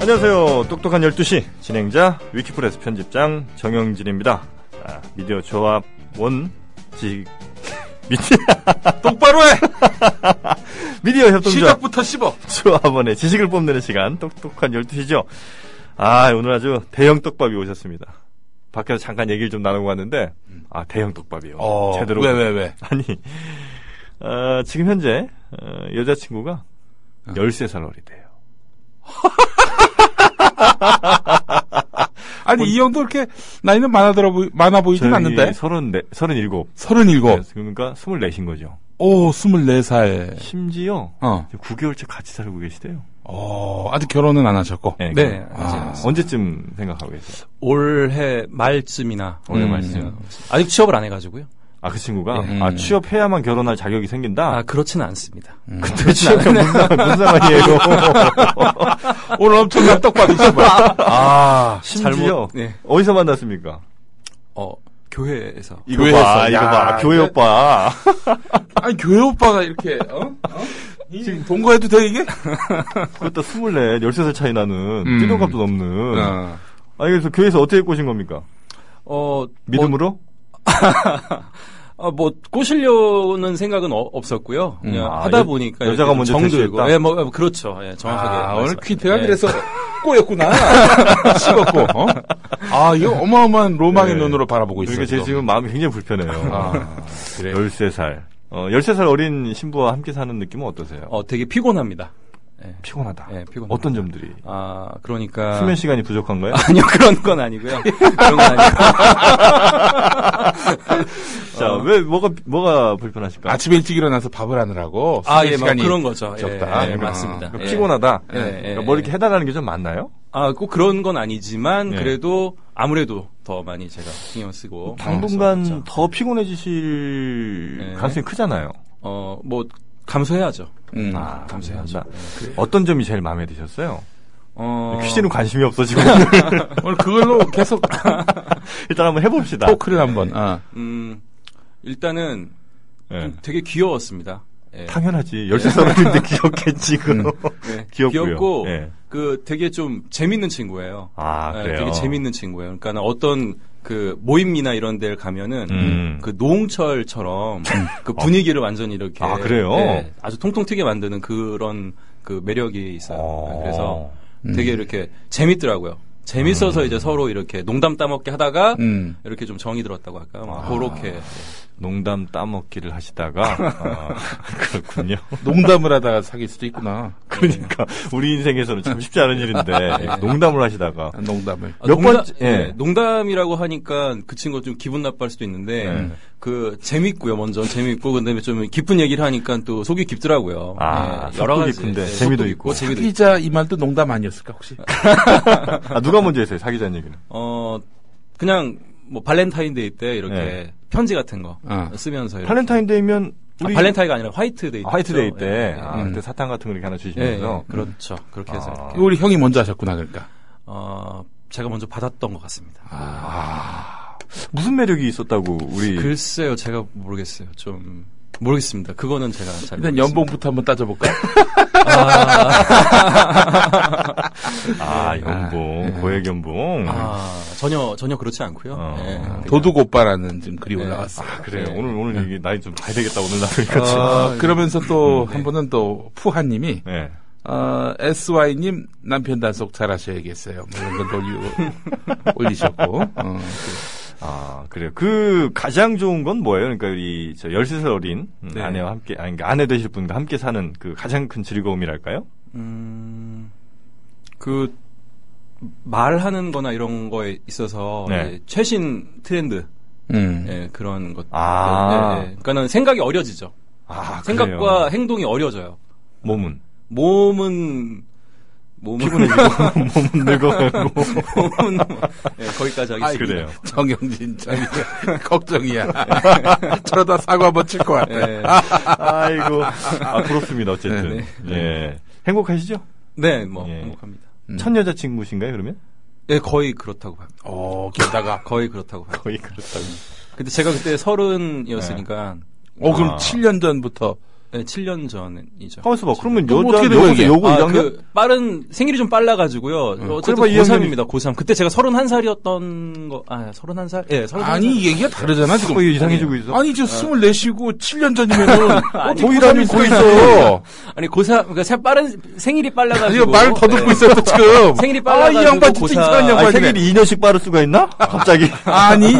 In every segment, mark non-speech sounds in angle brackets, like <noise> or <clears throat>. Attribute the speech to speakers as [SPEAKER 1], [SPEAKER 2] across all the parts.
[SPEAKER 1] 안녕하세요. 똑똑한 12시 진행자 위키프레스 편집장 정영진입니다. 아, 미디어 조합 원직 <laughs> 미디...
[SPEAKER 2] 똑바로 해!
[SPEAKER 1] <laughs> 미디어 협동조합
[SPEAKER 2] 시작부터 씹어!
[SPEAKER 1] 조합원의 지식을 뽐내는 시간 똑똑한 12시죠. 아 오늘 아주 대형 떡밥이 오셨습니다. 밖에서 잠깐 얘기를 좀 나누고 왔는데 아 대형 떡밥이요.
[SPEAKER 3] 어,
[SPEAKER 1] 제대로
[SPEAKER 2] 어, 왜, 왜, 왜?
[SPEAKER 1] <laughs> 아니 어, 지금 현재 어, 여자친구가 13살 어리대요.
[SPEAKER 2] 아니, 이 형도 이렇게 나이는 많아, 들어 보이, 많아 보이진 않는데.
[SPEAKER 1] 34, 37. 네,
[SPEAKER 2] 37.
[SPEAKER 1] 그러니까 24신 거죠.
[SPEAKER 2] 오, 24살.
[SPEAKER 1] 심지어
[SPEAKER 2] 어.
[SPEAKER 1] 9개월째 같이 살고 계시대요.
[SPEAKER 2] 어, 아직 결혼은 안 하셨고.
[SPEAKER 1] 네,
[SPEAKER 3] 네,
[SPEAKER 1] 그럼.
[SPEAKER 3] 아직
[SPEAKER 2] 아,
[SPEAKER 3] 안 했어요.
[SPEAKER 1] 언제쯤 생각하고 계세요?
[SPEAKER 3] 올해 말쯤이나
[SPEAKER 1] 올해
[SPEAKER 3] 음,
[SPEAKER 1] 말쯤.
[SPEAKER 3] 네. 아직 취업을 안 해가지고요.
[SPEAKER 1] 아, 그 친구가?
[SPEAKER 2] 예.
[SPEAKER 1] 아,
[SPEAKER 2] 음.
[SPEAKER 1] 취업해야만 결혼할 자격이 생긴다?
[SPEAKER 3] 아, 그렇지는 않습니다.
[SPEAKER 1] 근데
[SPEAKER 2] 그렇죠.
[SPEAKER 1] 취업이 무슨, 상- <laughs> 무슨 상황이에요?
[SPEAKER 2] <laughs> 오늘 엄청난 떡밥이 정말. <laughs> 아,
[SPEAKER 1] 심지어,
[SPEAKER 3] 잘못- 예.
[SPEAKER 1] 어디서 만났습니까?
[SPEAKER 3] 어, 교회에서
[SPEAKER 1] 이거
[SPEAKER 2] 교회에서.
[SPEAKER 1] 봐, 이거
[SPEAKER 2] 야, 네.
[SPEAKER 1] 봐. 교회
[SPEAKER 2] 이거-
[SPEAKER 1] 오빠.
[SPEAKER 2] 아니, 교회 오빠가 이렇게, 어? 어?
[SPEAKER 3] 음.
[SPEAKER 2] 이 동거해도 돼, 이게?
[SPEAKER 1] 그것도 24, 13살 차이 나는,
[SPEAKER 2] 음.
[SPEAKER 1] 뛰동갑도 넘는.
[SPEAKER 2] 어.
[SPEAKER 1] 아니, 그래서 교회에서 어떻게 꼬신 겁니까?
[SPEAKER 3] 어,
[SPEAKER 1] 믿음으로?
[SPEAKER 3] 뭐, 어, 뭐 꼬시려는 생각은 어- 없었고요. 그냥
[SPEAKER 1] 아,
[SPEAKER 3] 하다
[SPEAKER 1] 여-
[SPEAKER 3] 보니까
[SPEAKER 1] 여자가
[SPEAKER 3] 이렇게
[SPEAKER 1] 먼저
[SPEAKER 3] 정들고,
[SPEAKER 1] 대시했다?
[SPEAKER 3] 예, 뭐 어, 그렇죠. 예, 정확하게.
[SPEAKER 2] 아, 오늘
[SPEAKER 3] 말씀하셨-
[SPEAKER 2] 퀴트가
[SPEAKER 3] 예.
[SPEAKER 2] 그래서 <laughs> 꼬였구나. <laughs> 씹었고, 어? 아, 이거 어마어마한 로망의
[SPEAKER 1] 네.
[SPEAKER 2] 눈으로 바라보고 있어요.
[SPEAKER 1] 그러니까 제
[SPEAKER 2] 또.
[SPEAKER 1] 지금 마음이 굉장히 불편해요.
[SPEAKER 3] <laughs>
[SPEAKER 2] 아,
[SPEAKER 1] 네.
[SPEAKER 2] 그래.
[SPEAKER 1] 13살. 어, 13살 어린 신부와 함께 사는 느낌은 어떠세요?
[SPEAKER 3] 어, 되게 피곤합니다. 예.
[SPEAKER 1] 네, 피곤하다.
[SPEAKER 3] 예, 피곤합니다.
[SPEAKER 1] 어떤 점들이?
[SPEAKER 3] 아, 그러니까.
[SPEAKER 1] 수면 시간이 부족한가요?
[SPEAKER 3] <laughs> 아니요, 그런 건 아니고요. 그런 건
[SPEAKER 1] <laughs>
[SPEAKER 3] 아니고.
[SPEAKER 1] 자, 왜 뭐가 뭐가 불편하실까?
[SPEAKER 2] 아침에 일찍 일어나서 밥을 하느라고
[SPEAKER 3] 아,
[SPEAKER 2] 수면
[SPEAKER 3] 예, 뭐
[SPEAKER 2] 시간이
[SPEAKER 3] 그런 거죠. 예,
[SPEAKER 2] 적다.
[SPEAKER 3] 예,
[SPEAKER 1] 아,
[SPEAKER 3] 맞습니다.
[SPEAKER 1] 그러니까
[SPEAKER 3] 예.
[SPEAKER 1] 피곤하다.
[SPEAKER 3] 예, 예,
[SPEAKER 1] 그러니까
[SPEAKER 3] 예.
[SPEAKER 1] 뭐 이렇게 해달라는 게 좀 많나요?
[SPEAKER 3] 아, 꼭 그런 건 아니지만
[SPEAKER 1] 예.
[SPEAKER 3] 그래도 아무래도 더 많이 제가 신경 쓰고
[SPEAKER 1] 당분간
[SPEAKER 3] 그렇죠.
[SPEAKER 1] 더 피곤해지실
[SPEAKER 3] 네.
[SPEAKER 1] 가능성이 크잖아요.
[SPEAKER 3] 어, 뭐 감소해야죠.
[SPEAKER 2] 음.
[SPEAKER 1] 아,
[SPEAKER 3] 감사합니다.
[SPEAKER 1] 감사합니다. 그 어떤 점이 제일 마음에 드셨어요?
[SPEAKER 3] 어,
[SPEAKER 1] 퀴즈는 관심이 <laughs> 없어지고
[SPEAKER 2] 오늘 그걸로 계속
[SPEAKER 3] 아,
[SPEAKER 1] 일단 한번 해봅시다.
[SPEAKER 2] 토크를 한번. 아.
[SPEAKER 3] 음, 일단은
[SPEAKER 1] 예.
[SPEAKER 3] 좀 되게 귀여웠습니다. 예.
[SPEAKER 1] 당연하지. 13살인데 <laughs> 귀엽겠지, 그거.
[SPEAKER 3] 네.
[SPEAKER 1] <laughs> 귀엽고요.
[SPEAKER 3] 귀엽고
[SPEAKER 1] 예.
[SPEAKER 3] 그 되게 좀 재밌는 친구예요.
[SPEAKER 1] 아,
[SPEAKER 3] 예,
[SPEAKER 1] 그래요?
[SPEAKER 3] 되게 재밌는 친구예요. 그러니까 어떤 그 모임이나 이런 데를 가면은
[SPEAKER 1] 음.
[SPEAKER 3] 그 노홍철처럼 <laughs> 그 분위기를 완전히 이렇게
[SPEAKER 1] 아, 그래요?
[SPEAKER 3] 예, 아주 통통 튀게 만드는 그런 그 매력이 있어요. 예,
[SPEAKER 1] 어.
[SPEAKER 3] 그래서 되게 이렇게 재밌더라고요.
[SPEAKER 1] 음.
[SPEAKER 3] 재밌어서 이제 서로 이렇게 농담 따먹게 하다가
[SPEAKER 2] 음.
[SPEAKER 3] 이렇게 좀 정이 들었다고 할까요?
[SPEAKER 1] 아.
[SPEAKER 3] 막 그렇게
[SPEAKER 1] 농담 따먹기를 하시다가 아, <laughs> 그렇군요.
[SPEAKER 2] 농담을 하다가 사귈 수도 있구나.
[SPEAKER 1] 그러니까 우리 인생에서는 참 쉽지 않은 일인데 농담을 하시다가
[SPEAKER 2] 농담을.
[SPEAKER 3] 아,
[SPEAKER 1] 몇
[SPEAKER 3] 농담-
[SPEAKER 1] 번째- 예.
[SPEAKER 3] 네, 농담이라고 하니까 그 친구 좀 기분 나빠할 수도 있는데
[SPEAKER 1] 네.
[SPEAKER 3] 그 재밌고요 먼저 재밌고 근데 좀 깊은 얘기를 하니까 또 속이 깊더라고요.
[SPEAKER 1] 아,
[SPEAKER 3] 네,
[SPEAKER 1] 속도 깊은데 재미도
[SPEAKER 3] 속도
[SPEAKER 1] 있고.
[SPEAKER 3] 재미도 있고.
[SPEAKER 2] 사귀자 이 말도 농담 아니었을까 혹시?
[SPEAKER 1] 아, 누가 먼저 했어요 사귀자는 얘기는?
[SPEAKER 3] 어 그냥 뭐 발렌타인데이 때 이렇게
[SPEAKER 1] 네. 아.
[SPEAKER 3] 편지 같은 거
[SPEAKER 2] 어.
[SPEAKER 3] 쓰면서 이렇게.
[SPEAKER 1] 발렌타인데이면 우리
[SPEAKER 3] 네. 아, 발렌타인가 아니라 화이트데이
[SPEAKER 1] 아, 화이트데이
[SPEAKER 3] 때죠.
[SPEAKER 1] 때
[SPEAKER 3] 예, 예.
[SPEAKER 1] 아,
[SPEAKER 2] 음.
[SPEAKER 1] 그때 사탕 같은 거 이렇게 하나
[SPEAKER 3] 예, 예,
[SPEAKER 1] 주시면서
[SPEAKER 3] 그렇죠. 그렇게 해서
[SPEAKER 1] 아.
[SPEAKER 3] 이렇게.
[SPEAKER 2] 우리 형이 먼저 하셨구나 그러니까.
[SPEAKER 3] 어, 제가 먼저 받았던 것 같습니다.
[SPEAKER 1] 아, 무슨 매력이 있었다고 우리
[SPEAKER 3] 글쎄요, 제가 모르겠어요. 좀 모르겠습니다. 그거는 제가
[SPEAKER 2] 일단
[SPEAKER 3] 잘 모르겠습니다.
[SPEAKER 2] 연봉부터 한번 따져볼까?
[SPEAKER 1] 아 연봉 고액 연봉
[SPEAKER 3] 예. 아 전혀 전혀 그렇지 않고요.
[SPEAKER 1] 네. 어.
[SPEAKER 3] 예, 그냥-
[SPEAKER 2] 도둑 오빠라는 지금 글이
[SPEAKER 3] 네.
[SPEAKER 2] 올라왔어. 요
[SPEAKER 1] 그래요
[SPEAKER 3] 예. 아.
[SPEAKER 1] 오늘 오늘 얘기 나이 좀 봐야 되겠다 오늘 나니까
[SPEAKER 3] 그렇죠.
[SPEAKER 2] 아, 그러면서 또
[SPEAKER 3] 음, 네.
[SPEAKER 2] 한 번은 또 푸하님이
[SPEAKER 1] 네.
[SPEAKER 2] 어, SY님 남편 단속 잘하셔야겠어요. 뭐 이런 걸
[SPEAKER 3] <laughs>
[SPEAKER 2] 올리, 올리셨고. 어,
[SPEAKER 1] 아, 그래요. 그 가장 좋은 건 뭐예요? 그러니까 이 저 13살 어린 음,
[SPEAKER 3] 네.
[SPEAKER 1] 아내와 함께 아니 그러니까 아내 되실 분과 함께 사는 그 가장 큰 즐거움이랄까요?
[SPEAKER 3] 음, 그 말하는거나 이런 거에 있어서
[SPEAKER 1] 네.
[SPEAKER 3] 이제 최신 트렌드
[SPEAKER 2] 음.
[SPEAKER 3] 예, 그런 것.
[SPEAKER 1] 아.
[SPEAKER 3] 예, 예. 그러니까는 생각이 어려지죠.
[SPEAKER 1] 아,
[SPEAKER 3] 생각과
[SPEAKER 1] 그래요.
[SPEAKER 3] 행동이 어려져요.
[SPEAKER 1] 몸은 <laughs>
[SPEAKER 3] 몸은 몸은
[SPEAKER 1] 피곤해지고 몸은 늙어가고
[SPEAKER 3] <laughs> 몸은 예, 거기까지 하겠습니다.
[SPEAKER 1] 아, 그래요.
[SPEAKER 2] 정영진 참 <laughs> 걱정이야. 저러다 사과 한번 칠 거야.
[SPEAKER 1] <laughs>
[SPEAKER 3] 예.
[SPEAKER 1] 아이고. 아, 부럽습니다. 어쨌든. 예. 행복하시죠?
[SPEAKER 3] 네, 뭐
[SPEAKER 1] 예.
[SPEAKER 3] 행복합니다.
[SPEAKER 1] 첫 여자친구신가요, 그러면?
[SPEAKER 3] 예, 거의 그렇다고 봅니다.
[SPEAKER 2] 어, 게다가.
[SPEAKER 3] 거의 그렇다고 봐요.
[SPEAKER 1] 거의 그렇다고. 네.
[SPEAKER 3] 근데 제가 그때 서른이었으니까
[SPEAKER 2] 어, 그럼
[SPEAKER 1] 아.
[SPEAKER 2] 7년 전부터
[SPEAKER 3] 네, 7년 전이죠.
[SPEAKER 1] 가만있어 봐. 뭐 그러면
[SPEAKER 2] 그럼
[SPEAKER 1] 여자,
[SPEAKER 2] 어떻게 된 거야,
[SPEAKER 1] 여기서
[SPEAKER 2] 이게?
[SPEAKER 1] 요거
[SPEAKER 3] 아,
[SPEAKER 1] 2학년? 네.
[SPEAKER 3] 그 빠른 생일이 좀 빨라가지고요. 어쨌든
[SPEAKER 1] 그래봐, 이 학년이-
[SPEAKER 3] 고3입니다. 고3. 그때 제가 31살이었던 거. 아, 31살? 예, 31살.
[SPEAKER 2] 아니 얘기가 다르잖아 지금.
[SPEAKER 1] 자꾸 이상해지고 있어.
[SPEAKER 2] 아니 저 스물네시고
[SPEAKER 1] <laughs>
[SPEAKER 2] 7년 전이면은
[SPEAKER 1] 고이라니,
[SPEAKER 2] 고3이 고
[SPEAKER 1] 고이죠.
[SPEAKER 2] 있어.
[SPEAKER 3] 아니 고3 그러니까 새 빠른 생일이
[SPEAKER 2] 아니
[SPEAKER 3] 빨라가지고
[SPEAKER 2] 이거 말을 더듬고
[SPEAKER 3] 네.
[SPEAKER 2] 있어 지금.
[SPEAKER 3] 생일이
[SPEAKER 2] 아,
[SPEAKER 3] 빨라가지고
[SPEAKER 2] 이 양반 진짜
[SPEAKER 3] 고사-
[SPEAKER 2] 이상한
[SPEAKER 1] 아,
[SPEAKER 2] 양반이네.
[SPEAKER 1] 생일이 2년씩 빠를 수가 있나? 갑자기.
[SPEAKER 2] 아니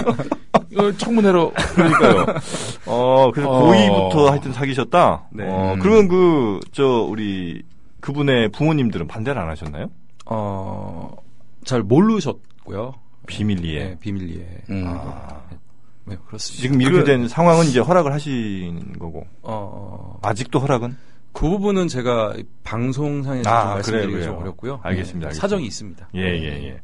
[SPEAKER 2] 이거 청문회로
[SPEAKER 1] 그러니까요. 어, 그래서
[SPEAKER 2] 어.
[SPEAKER 1] 고2부터 하여튼 사귀셨다?
[SPEAKER 3] 네.
[SPEAKER 1] 어,
[SPEAKER 2] 음.
[SPEAKER 1] 그러면 그, 저, 우리, 그분의 부모님들은 반대를 안 하셨나요?
[SPEAKER 3] 네. 어, 잘 모르셨고요.
[SPEAKER 1] 비밀리에.
[SPEAKER 3] 예, 비밀리에.
[SPEAKER 2] 음.
[SPEAKER 1] 아.
[SPEAKER 3] 네, 그렇습니다.
[SPEAKER 1] 지금 이렇게
[SPEAKER 3] 그,
[SPEAKER 1] 된 상황은 이제 허락을 하신 거고.
[SPEAKER 3] 어,
[SPEAKER 1] 아직도 허락은?
[SPEAKER 3] 그 부분은 제가 방송상에서
[SPEAKER 1] 아,
[SPEAKER 3] 좀 말씀드리기
[SPEAKER 1] 그래요,
[SPEAKER 3] 좀
[SPEAKER 1] 그래요.
[SPEAKER 3] 어렵고요. 네,
[SPEAKER 1] 알겠습니다, 알겠습니다.
[SPEAKER 3] 사정이 있습니다.
[SPEAKER 1] 예, 예, 예.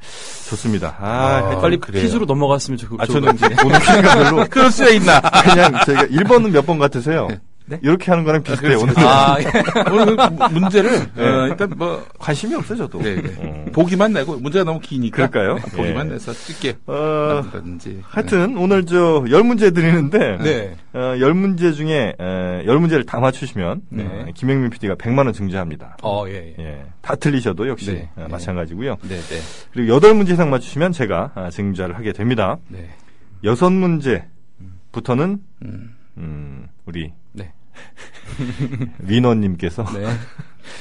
[SPEAKER 1] 좋습니다. 아,
[SPEAKER 2] 아,
[SPEAKER 3] 빨리
[SPEAKER 2] 그래요.
[SPEAKER 3] 퀴즈로 넘어갔으면 좋겠고.
[SPEAKER 1] 아 저는 이제 오늘 피가 별로.
[SPEAKER 2] 그럴 수야 있나?
[SPEAKER 1] 그냥 제가 1번은 몇 번 같으세요? 이렇게 하는 거랑 비슷해요, 오늘.
[SPEAKER 3] 아, 예.
[SPEAKER 2] 오늘 그 문제를
[SPEAKER 1] 네.
[SPEAKER 2] 어, 일단 뭐
[SPEAKER 1] 관심이 없어요, 저도.
[SPEAKER 2] 네, 네.
[SPEAKER 1] 음.
[SPEAKER 2] 보기만 내고 문제가 너무 기니까
[SPEAKER 1] 그럴까요?
[SPEAKER 2] 네, 보기만
[SPEAKER 1] 예.
[SPEAKER 2] 내서 찍게
[SPEAKER 1] 어,
[SPEAKER 2] 만든다든지
[SPEAKER 1] 하여튼 오늘 저 열 문제 드리는데
[SPEAKER 3] 네.
[SPEAKER 1] 어, 열 문제 중에 에, 열 문제를 다 맞추시면
[SPEAKER 3] 네.
[SPEAKER 1] 어, 김영민 PD가 100만 원 증자합니다.
[SPEAKER 3] 어, 예, 예.
[SPEAKER 1] 예, 다 틀리셔도 역시
[SPEAKER 3] 네.
[SPEAKER 1] 어,
[SPEAKER 3] 네.
[SPEAKER 1] 마찬가지고요.
[SPEAKER 3] 네, 네.
[SPEAKER 1] 그리고 여덟 문제 이상 맞추시면 제가 아, 증자를 하게 됩니다.
[SPEAKER 3] 네.
[SPEAKER 1] 여섯 문제부터는
[SPEAKER 2] 음.
[SPEAKER 1] 음, 우리
[SPEAKER 3] 네.
[SPEAKER 1] <laughs> 위너님께서
[SPEAKER 3] 네.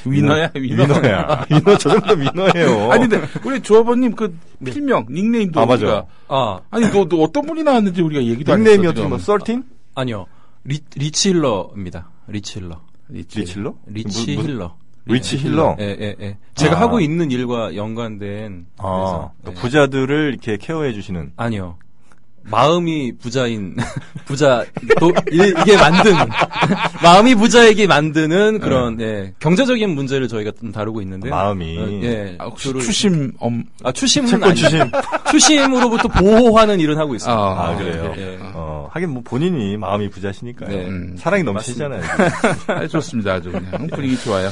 [SPEAKER 2] 위너야 위너. <laughs>
[SPEAKER 1] 위너야 위너 저 정도 위너예요.
[SPEAKER 2] 아니 근데 우리 조합원님 그 필명 닉네임도
[SPEAKER 1] 아,
[SPEAKER 2] 우리가
[SPEAKER 1] 맞아요.
[SPEAKER 3] 아,
[SPEAKER 2] 아니 너, 너 어떤 분이 나왔는지 우리가 얘기도 안
[SPEAKER 1] 닉네임이
[SPEAKER 2] 했어,
[SPEAKER 1] 어떻게 뭐
[SPEAKER 2] 지금.
[SPEAKER 1] 썰틴
[SPEAKER 3] 아니요. 리, 리치 힐러입니다. 리치 힐러.
[SPEAKER 2] 있지.
[SPEAKER 1] 리칠러?
[SPEAKER 3] 리치
[SPEAKER 1] 무- 무-
[SPEAKER 3] 힐러.
[SPEAKER 2] 네,
[SPEAKER 1] 리치 힐러.
[SPEAKER 3] 예, 예, 예. 제가
[SPEAKER 1] 아.
[SPEAKER 3] 하고 있는 일과 연관된.
[SPEAKER 1] 아,
[SPEAKER 3] 그래서,
[SPEAKER 1] 그
[SPEAKER 3] 예.
[SPEAKER 2] 네.
[SPEAKER 1] 부자들을 이렇게 케어해 주시는
[SPEAKER 2] 음,
[SPEAKER 3] 아니요. 마음이 부자인 <laughs> 부자 도, 이- 이게 만든 <laughs> 마음이 부자에게 만드는 그런 예, 경제적인 문제를 저희가 좀 다루고 있는데
[SPEAKER 1] 마음이.
[SPEAKER 3] 예,
[SPEAKER 2] 아, 혹시
[SPEAKER 3] 주로-
[SPEAKER 2] 추심 엄
[SPEAKER 3] 아 추심은
[SPEAKER 1] 채권
[SPEAKER 3] 아니죠.
[SPEAKER 1] 추심.
[SPEAKER 3] 추심으로부터 보호하는 일은 하고 있어요.
[SPEAKER 2] 아,
[SPEAKER 1] 아, 그래요?
[SPEAKER 3] 예.
[SPEAKER 1] 어, 하긴 뭐 본인이 마음이 부자시니까요.
[SPEAKER 3] 네.
[SPEAKER 1] 음, 사랑이 넘치잖아요.
[SPEAKER 2] 아, 좋습니다 아주 그냥 <laughs> 분위기 좋아요.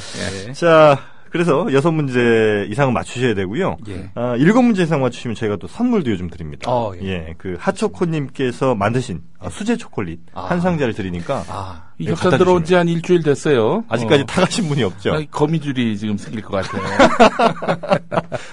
[SPEAKER 2] 예.
[SPEAKER 1] 자, 그래서 여섯 문제 이상은 맞추셔야 되고요.
[SPEAKER 2] 예.
[SPEAKER 1] 아, 일곱 문제 이상 맞추시면 저희가 또 선물도 요즘 드립니다.
[SPEAKER 3] 어,
[SPEAKER 1] 예.
[SPEAKER 3] 예.
[SPEAKER 1] 그 하초코님께서 만드신 아, 수제 초콜릿
[SPEAKER 3] 아.
[SPEAKER 1] 한 상자를 드리니까
[SPEAKER 3] 아,
[SPEAKER 2] 이
[SPEAKER 1] 예,
[SPEAKER 2] 격사
[SPEAKER 1] 갖다
[SPEAKER 2] 들어온 지 한 일주일 됐어요.
[SPEAKER 1] 아직까지
[SPEAKER 2] 어.
[SPEAKER 1] 타가신 분이 없죠.
[SPEAKER 2] 아, 거미줄이 지금 생길 것 같아요.
[SPEAKER 1] <laughs>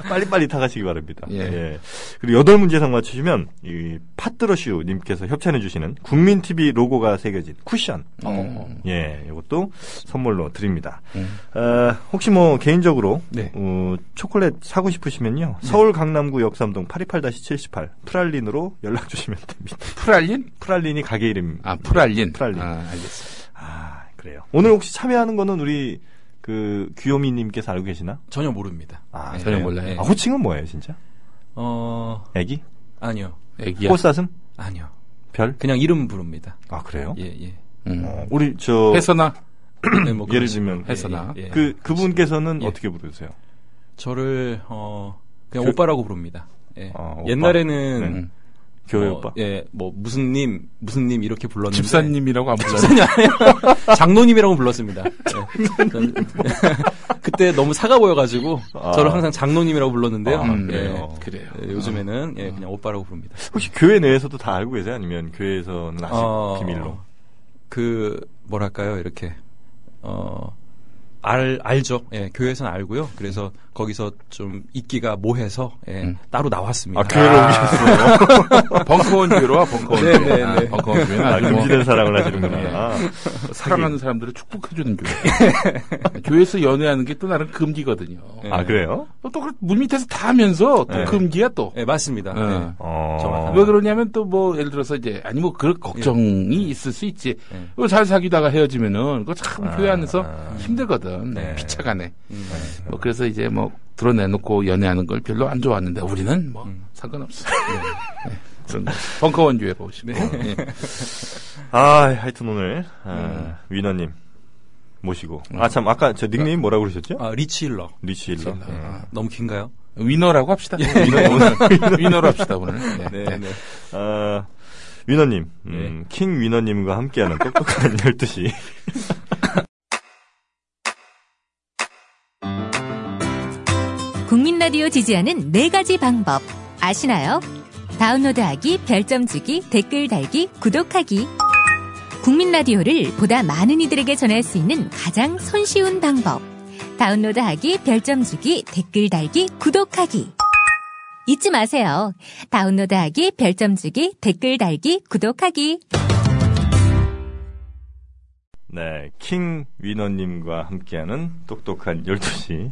[SPEAKER 1] 빨리빨리 타가시기 바랍니다. 예.
[SPEAKER 2] 예.
[SPEAKER 1] 그리고 여덟 문제 이상 맞추시면 이 파트러슈님께서 협찬해주시는 국민TV 로고가 새겨진 쿠션.
[SPEAKER 2] 어.
[SPEAKER 1] 예, 이것도 선물로 드립니다.
[SPEAKER 2] 음.
[SPEAKER 1] 어, 혹시 뭐 개인적으로
[SPEAKER 3] 네.
[SPEAKER 1] 어, 초콜릿 사고 싶으시면요 서울 강남구 역삼동 828-78 프랄린으로 연락 주시면 됩니다.
[SPEAKER 2] 프랄린?
[SPEAKER 1] 프랄린이 가게 이름.
[SPEAKER 2] 아 프랄린.
[SPEAKER 1] 프랄린.
[SPEAKER 2] 아, 알겠습니다.
[SPEAKER 1] 아, 그래요. 오늘 혹시 참여하는 거는 우리 그 귀요미님께서 알고 계시나?
[SPEAKER 3] 전혀 모릅니다.
[SPEAKER 1] 아,
[SPEAKER 3] 예.
[SPEAKER 2] 전혀 몰라요.
[SPEAKER 3] 예.
[SPEAKER 1] 아, 호칭은 뭐예요, 진짜?
[SPEAKER 3] 어,
[SPEAKER 1] 애기?
[SPEAKER 3] 아니요.
[SPEAKER 2] 애기야.
[SPEAKER 1] 꽃사슴?
[SPEAKER 3] 아니요.
[SPEAKER 1] 별?
[SPEAKER 3] 그냥 이름 부릅니다.
[SPEAKER 1] 아, 그래요?
[SPEAKER 3] 예,
[SPEAKER 1] <clears throat>
[SPEAKER 3] 예.
[SPEAKER 2] 음.
[SPEAKER 1] 어, 우리 저
[SPEAKER 2] 해서나
[SPEAKER 3] 네, 뭐
[SPEAKER 1] 예를 들면
[SPEAKER 3] 그런 식으로.
[SPEAKER 2] 해서나.
[SPEAKER 3] 예, 예, 예.
[SPEAKER 1] 그 그분께서는
[SPEAKER 3] 예.
[SPEAKER 1] 어떻게 부르세요?
[SPEAKER 3] 저를 어 그냥
[SPEAKER 1] 그-
[SPEAKER 3] 오빠라고 부릅니다. 예.
[SPEAKER 1] 아, 오빠.
[SPEAKER 3] 옛날에는 음.
[SPEAKER 1] 네. 교회
[SPEAKER 3] 뭐,
[SPEAKER 1] 오빠?
[SPEAKER 3] 예, 뭐 무슨 님, 무슨 님 이렇게 불렀는데
[SPEAKER 2] 집사님이라고 안 불러요.
[SPEAKER 3] 집사님 아니에요. <laughs> 장로님이라고 불렀습니다. 예. 저는- 그때 너무 사가 보여가지고
[SPEAKER 1] 아.
[SPEAKER 3] 저를 항상 장로님이라고 불렀는데요.
[SPEAKER 1] 아,
[SPEAKER 2] 음,
[SPEAKER 1] 그래요. 아.
[SPEAKER 2] 그래요.
[SPEAKER 3] 예, 요즘에는 예, 그냥 오빠라고 부릅니다.
[SPEAKER 1] 혹시 교회 내에서도 다 알고 계세요? 아니면 교회에서는 아직
[SPEAKER 3] 어,
[SPEAKER 1] 비밀로?
[SPEAKER 3] 그 뭐랄까요 이렇게 어. 알, 알죠. 예, 교회에서는 알고요. 그래서 거기서 좀 있기가 모해서, 예,
[SPEAKER 2] 음.
[SPEAKER 3] 따로 나왔습니다.
[SPEAKER 1] 아, 교회로 오셨어요?
[SPEAKER 2] 아. 벙커원 교회로 와 벙커원
[SPEAKER 3] 네,
[SPEAKER 2] 교회.
[SPEAKER 3] 네,
[SPEAKER 2] 아,
[SPEAKER 3] 네.
[SPEAKER 2] 벙커원 교회는
[SPEAKER 1] 아,
[SPEAKER 2] 아주 뭐
[SPEAKER 1] 금지된 사랑을 하시는구나.
[SPEAKER 2] 사랑하는 사람들을
[SPEAKER 1] <laughs>
[SPEAKER 2] 축복해주는 교회. 교회에서 연애하는 게 또 나름 금기거든요.
[SPEAKER 3] 예.
[SPEAKER 1] 아, 그래요?
[SPEAKER 2] 네. 또문 밑에서 다 하면서 또
[SPEAKER 1] 네.
[SPEAKER 2] 금기야 또.
[SPEAKER 3] 예, 맞습니다.
[SPEAKER 2] 예.
[SPEAKER 3] 예.
[SPEAKER 1] 어.
[SPEAKER 3] 정확하다.
[SPEAKER 2] 왜 그러냐면 또 뭐 예를 들어서 이제 아니 뭐 그런 걱정이 있을 수 있지.
[SPEAKER 3] 예.
[SPEAKER 2] 뭐잘 사귀다가 헤어지면은 그거 참
[SPEAKER 1] 아,
[SPEAKER 2] 교회 안에서
[SPEAKER 1] 아.
[SPEAKER 2] 힘들거든.
[SPEAKER 1] 네.
[SPEAKER 2] 피차가네.
[SPEAKER 3] 음.
[SPEAKER 2] 뭐 그래서 이제 뭐 드러내놓고 연애하는 걸 별로 안 좋아하는데 우리는 뭐
[SPEAKER 3] 음.
[SPEAKER 2] 상관없어.
[SPEAKER 1] <laughs>
[SPEAKER 2] 네. 그런 거. 벙커원 교회로 오시고.
[SPEAKER 1] 네.
[SPEAKER 2] 예.
[SPEAKER 1] 아, 하여튼 오늘, 아, 위너님 모시고. 아, 참, 아까 저 닉네임 뭐라고 그러셨죠?
[SPEAKER 3] 아, 리치 힐러.
[SPEAKER 1] 리치 일러. 음.
[SPEAKER 2] 아,
[SPEAKER 3] 너무 긴가요?
[SPEAKER 2] 위너라고 합시다.
[SPEAKER 1] 예. <laughs>
[SPEAKER 2] 위너, 오늘 위너로 합시다 오늘. 네.
[SPEAKER 3] 네.
[SPEAKER 1] 아, 위너님, 음, 킹 위너님과 함께하는 똑똑한 <laughs> 12시.
[SPEAKER 4] 국민 라디오 지지하는 네 가지 방법 아시나요? 다운로드하기, 별점 주기, 댓글 달기, 구독하기. 국민 라디오를 보다 많은 이들에게 전할 수 있는 가장 손쉬운 방법. 다운로드하기, 별점 주기, 댓글 달기, 구독하기. 잊지 마세요. 다운로드하기, 별점 주기, 댓글 달기, 구독하기.
[SPEAKER 1] 네, 킹 위너님과 함께하는 똑똑한 12시.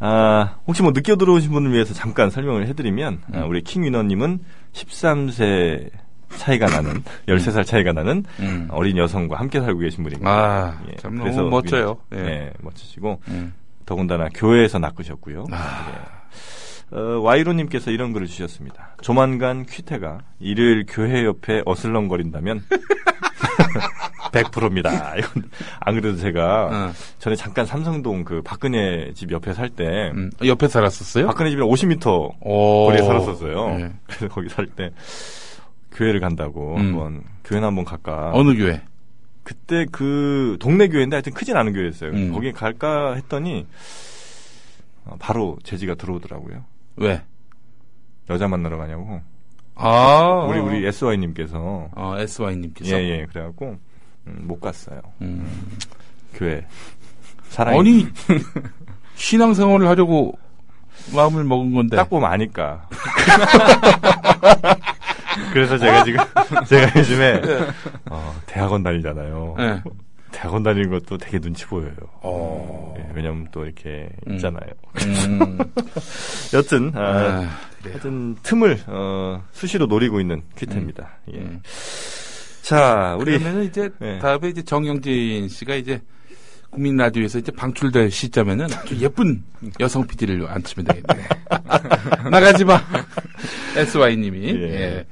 [SPEAKER 1] 아, 혹시 뭐 늦게 들어오신 분을 위해서 잠깐 설명을 해드리면, 아, 우리 킹 위너님은 13세 차이가 나는, 13살 차이가 나는
[SPEAKER 2] 음.
[SPEAKER 1] 어린 여성과 함께 살고 계신 분입니다.
[SPEAKER 2] 아,
[SPEAKER 1] 예,
[SPEAKER 2] 참
[SPEAKER 1] 그래서
[SPEAKER 2] 너무 멋져요.
[SPEAKER 1] 위-
[SPEAKER 2] 예.
[SPEAKER 1] 네, 멋지시고,
[SPEAKER 2] 음.
[SPEAKER 1] 더군다나 교회에서 낚으셨고요.
[SPEAKER 2] 아.
[SPEAKER 1] 예. 어, 와이로님께서 이런 글을 주셨습니다. 조만간 퀴테가 일요일 교회 옆에 어슬렁거린다면 <laughs> 100%입니다. 이건 안 그래도 제가
[SPEAKER 2] 어.
[SPEAKER 1] 전에 잠깐 삼성동 그 박근혜 집 옆에 살 때
[SPEAKER 2] 음. 옆에 살았었어요?
[SPEAKER 1] 박근혜 집이랑 50m
[SPEAKER 2] 오.
[SPEAKER 1] 거리에 살았었어요.
[SPEAKER 2] 예.
[SPEAKER 1] 그래서 거기 살 때 교회를 간다고
[SPEAKER 2] 음.
[SPEAKER 1] 한번 교회나 한번 갈까.
[SPEAKER 2] 어느 교회?
[SPEAKER 1] 그때 그 동네 교회인데 하여튼 크진 않은 교회였어요.
[SPEAKER 2] 음.
[SPEAKER 1] 거기 갈까 했더니 어, 바로 제지가 들어오더라고요.
[SPEAKER 2] 왜?
[SPEAKER 1] 여자 만나러 가냐고.
[SPEAKER 2] 아.
[SPEAKER 1] 우리 우리 SY님께서
[SPEAKER 2] 어, SY님께서.
[SPEAKER 1] 예예 그래갖고 음, 못 갔어요.
[SPEAKER 2] 음.
[SPEAKER 1] 교회 사랑이
[SPEAKER 2] 아니, <laughs> 신앙생활을 하려고 마음을 먹은 건데.
[SPEAKER 1] 딱 보면 아니까. <laughs> 그래서 제가 <laughs> 지금 제가 요즘에 어, 대학원 다니잖아요.
[SPEAKER 2] 예.
[SPEAKER 1] 대학원 다니는 것도 되게 눈치 보여요.
[SPEAKER 2] 어.
[SPEAKER 1] 예, 왜냐면 또 이렇게
[SPEAKER 2] 음.
[SPEAKER 1] 있잖아요.
[SPEAKER 2] <laughs> 음.
[SPEAKER 1] 여튼 아,
[SPEAKER 2] 아, 그래요.
[SPEAKER 1] 하여튼 틈을 어, 수시로 노리고 있는 퀴테입니다. 예.
[SPEAKER 2] 음.
[SPEAKER 1] 자 우리
[SPEAKER 2] 그러면은 이제
[SPEAKER 1] 예.
[SPEAKER 2] 다음에 이제 정영진 씨가 이제 국민 라디오에서 이제 방출될 시점에는 아주 예쁜 여성 PD를
[SPEAKER 1] <laughs>
[SPEAKER 2] 앉히면 되겠네. 나가지 마. SY님이.
[SPEAKER 1] 예.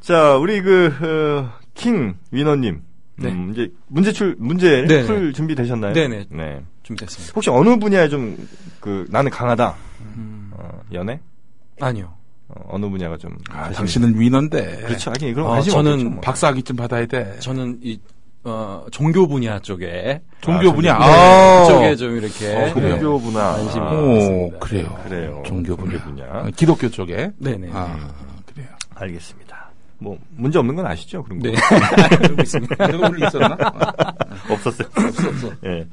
[SPEAKER 1] 자, 우리 그, 어, 킹 위너님.
[SPEAKER 3] 네.
[SPEAKER 1] 음, 이제 문제 출, 문제
[SPEAKER 3] 네.
[SPEAKER 1] 풀 준비 되셨나요?
[SPEAKER 3] 네네.
[SPEAKER 1] 네.
[SPEAKER 3] 준비됐습니다.
[SPEAKER 1] 혹시 어느 분야에 좀, 그, 나는 강하다. 어, 연애?
[SPEAKER 3] 아니요.
[SPEAKER 1] 어, 느 분야가 좀.
[SPEAKER 2] 아,
[SPEAKER 1] 자신
[SPEAKER 2] 당신은 위너인데. 어,
[SPEAKER 1] 있- 그렇죠. 하긴, 그럼
[SPEAKER 3] 아,
[SPEAKER 1] 관심
[SPEAKER 3] 저는
[SPEAKER 1] 없겠죠, 뭐.
[SPEAKER 2] 박사학위 좀 받아야 돼.
[SPEAKER 3] 저는 이 어, 종교 분야 쪽에
[SPEAKER 2] 종교
[SPEAKER 1] 아,
[SPEAKER 2] 분야.
[SPEAKER 1] 저기-
[SPEAKER 2] 아,
[SPEAKER 3] 쪽에 좀 이렇게
[SPEAKER 1] 어,
[SPEAKER 2] 그래요.
[SPEAKER 1] 종교 분야.
[SPEAKER 3] 관심이
[SPEAKER 1] 아,
[SPEAKER 2] 오,
[SPEAKER 3] 있습니다.
[SPEAKER 2] 그래요.
[SPEAKER 1] 그래요.
[SPEAKER 2] 종교 분야.
[SPEAKER 1] 종교 분야.
[SPEAKER 2] 아, 기독교 쪽에.
[SPEAKER 3] 네네.
[SPEAKER 2] 아, 그래요.
[SPEAKER 1] 알겠습니다. 뭐, 문제 없는 건 아시죠? 그런 거.
[SPEAKER 3] 네. 알고
[SPEAKER 2] <laughs>
[SPEAKER 3] 있습니다.
[SPEAKER 2] 내가 원래 있었나?
[SPEAKER 1] <laughs> 없었어요. 예.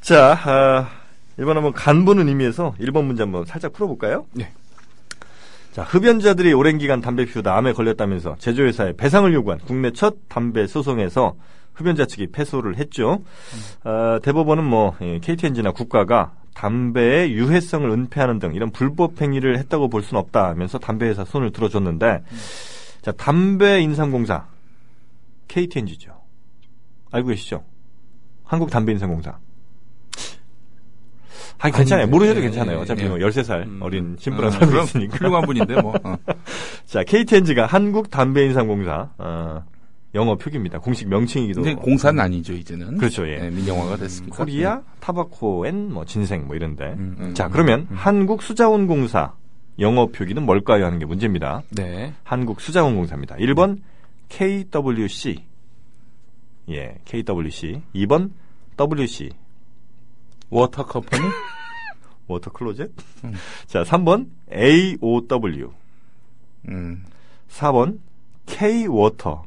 [SPEAKER 1] 자, 아, 이번 한번 간보는 의미에서 1번 문제 한번 살짝 풀어볼까요?
[SPEAKER 3] 네.
[SPEAKER 1] 자, 흡연자들이 오랜 기간 담배 피우다 암에 걸렸다면서 제조회사에 배상을 요구한 국내 첫 담배 소송에서 흡연자 측이 패소를 했죠. 아, 대법원은 뭐 예, KTNG나 국가가 담배의 유해성을 은폐하는 등 이런 불법 행위를 했다고 볼 수는 없다면서 담배회사 손을 들어줬는데 자, 담배 인상공사 KTNG죠. 알고 계시죠? 한국 담배 인상공사. 아, 괜찮아요.
[SPEAKER 3] 아닌데.
[SPEAKER 1] 모르셔도
[SPEAKER 3] 예,
[SPEAKER 1] 괜찮아요.
[SPEAKER 3] 예,
[SPEAKER 1] 어차피
[SPEAKER 3] 예.
[SPEAKER 1] 뭐 13살
[SPEAKER 3] 음.
[SPEAKER 1] 어린
[SPEAKER 2] 아,
[SPEAKER 1] 심부랑 살고
[SPEAKER 2] 그럼
[SPEAKER 1] 있으니까.
[SPEAKER 2] 훌륭한 분인데, 뭐. 어.
[SPEAKER 1] 자, KTNG가 한국 담배 인상공사 어, 영어 표기입니다. 공식 명칭이기도
[SPEAKER 2] 이제
[SPEAKER 1] 하고.
[SPEAKER 2] 공사는 아니죠, 이제는.
[SPEAKER 1] 그렇죠, 예.
[SPEAKER 2] 네, 민영화가 됐습니다.
[SPEAKER 1] 코리아 타바코엔 뭐 진생 뭐 이런데.
[SPEAKER 3] 음, 음,
[SPEAKER 1] 자, 그러면 한국 수자원 공사 영어 표기는 뭘까요 하는 게 문제입니다.
[SPEAKER 3] 네.
[SPEAKER 1] 한국 수자원 공사입니다. 1번 KWC. 예, KWC. 2번 WC.
[SPEAKER 2] 워터 컴퍼니?
[SPEAKER 1] 워터 클로젯.
[SPEAKER 2] 음.
[SPEAKER 1] 자, 3번 AOW.
[SPEAKER 2] 음.
[SPEAKER 1] 4번 K 워터.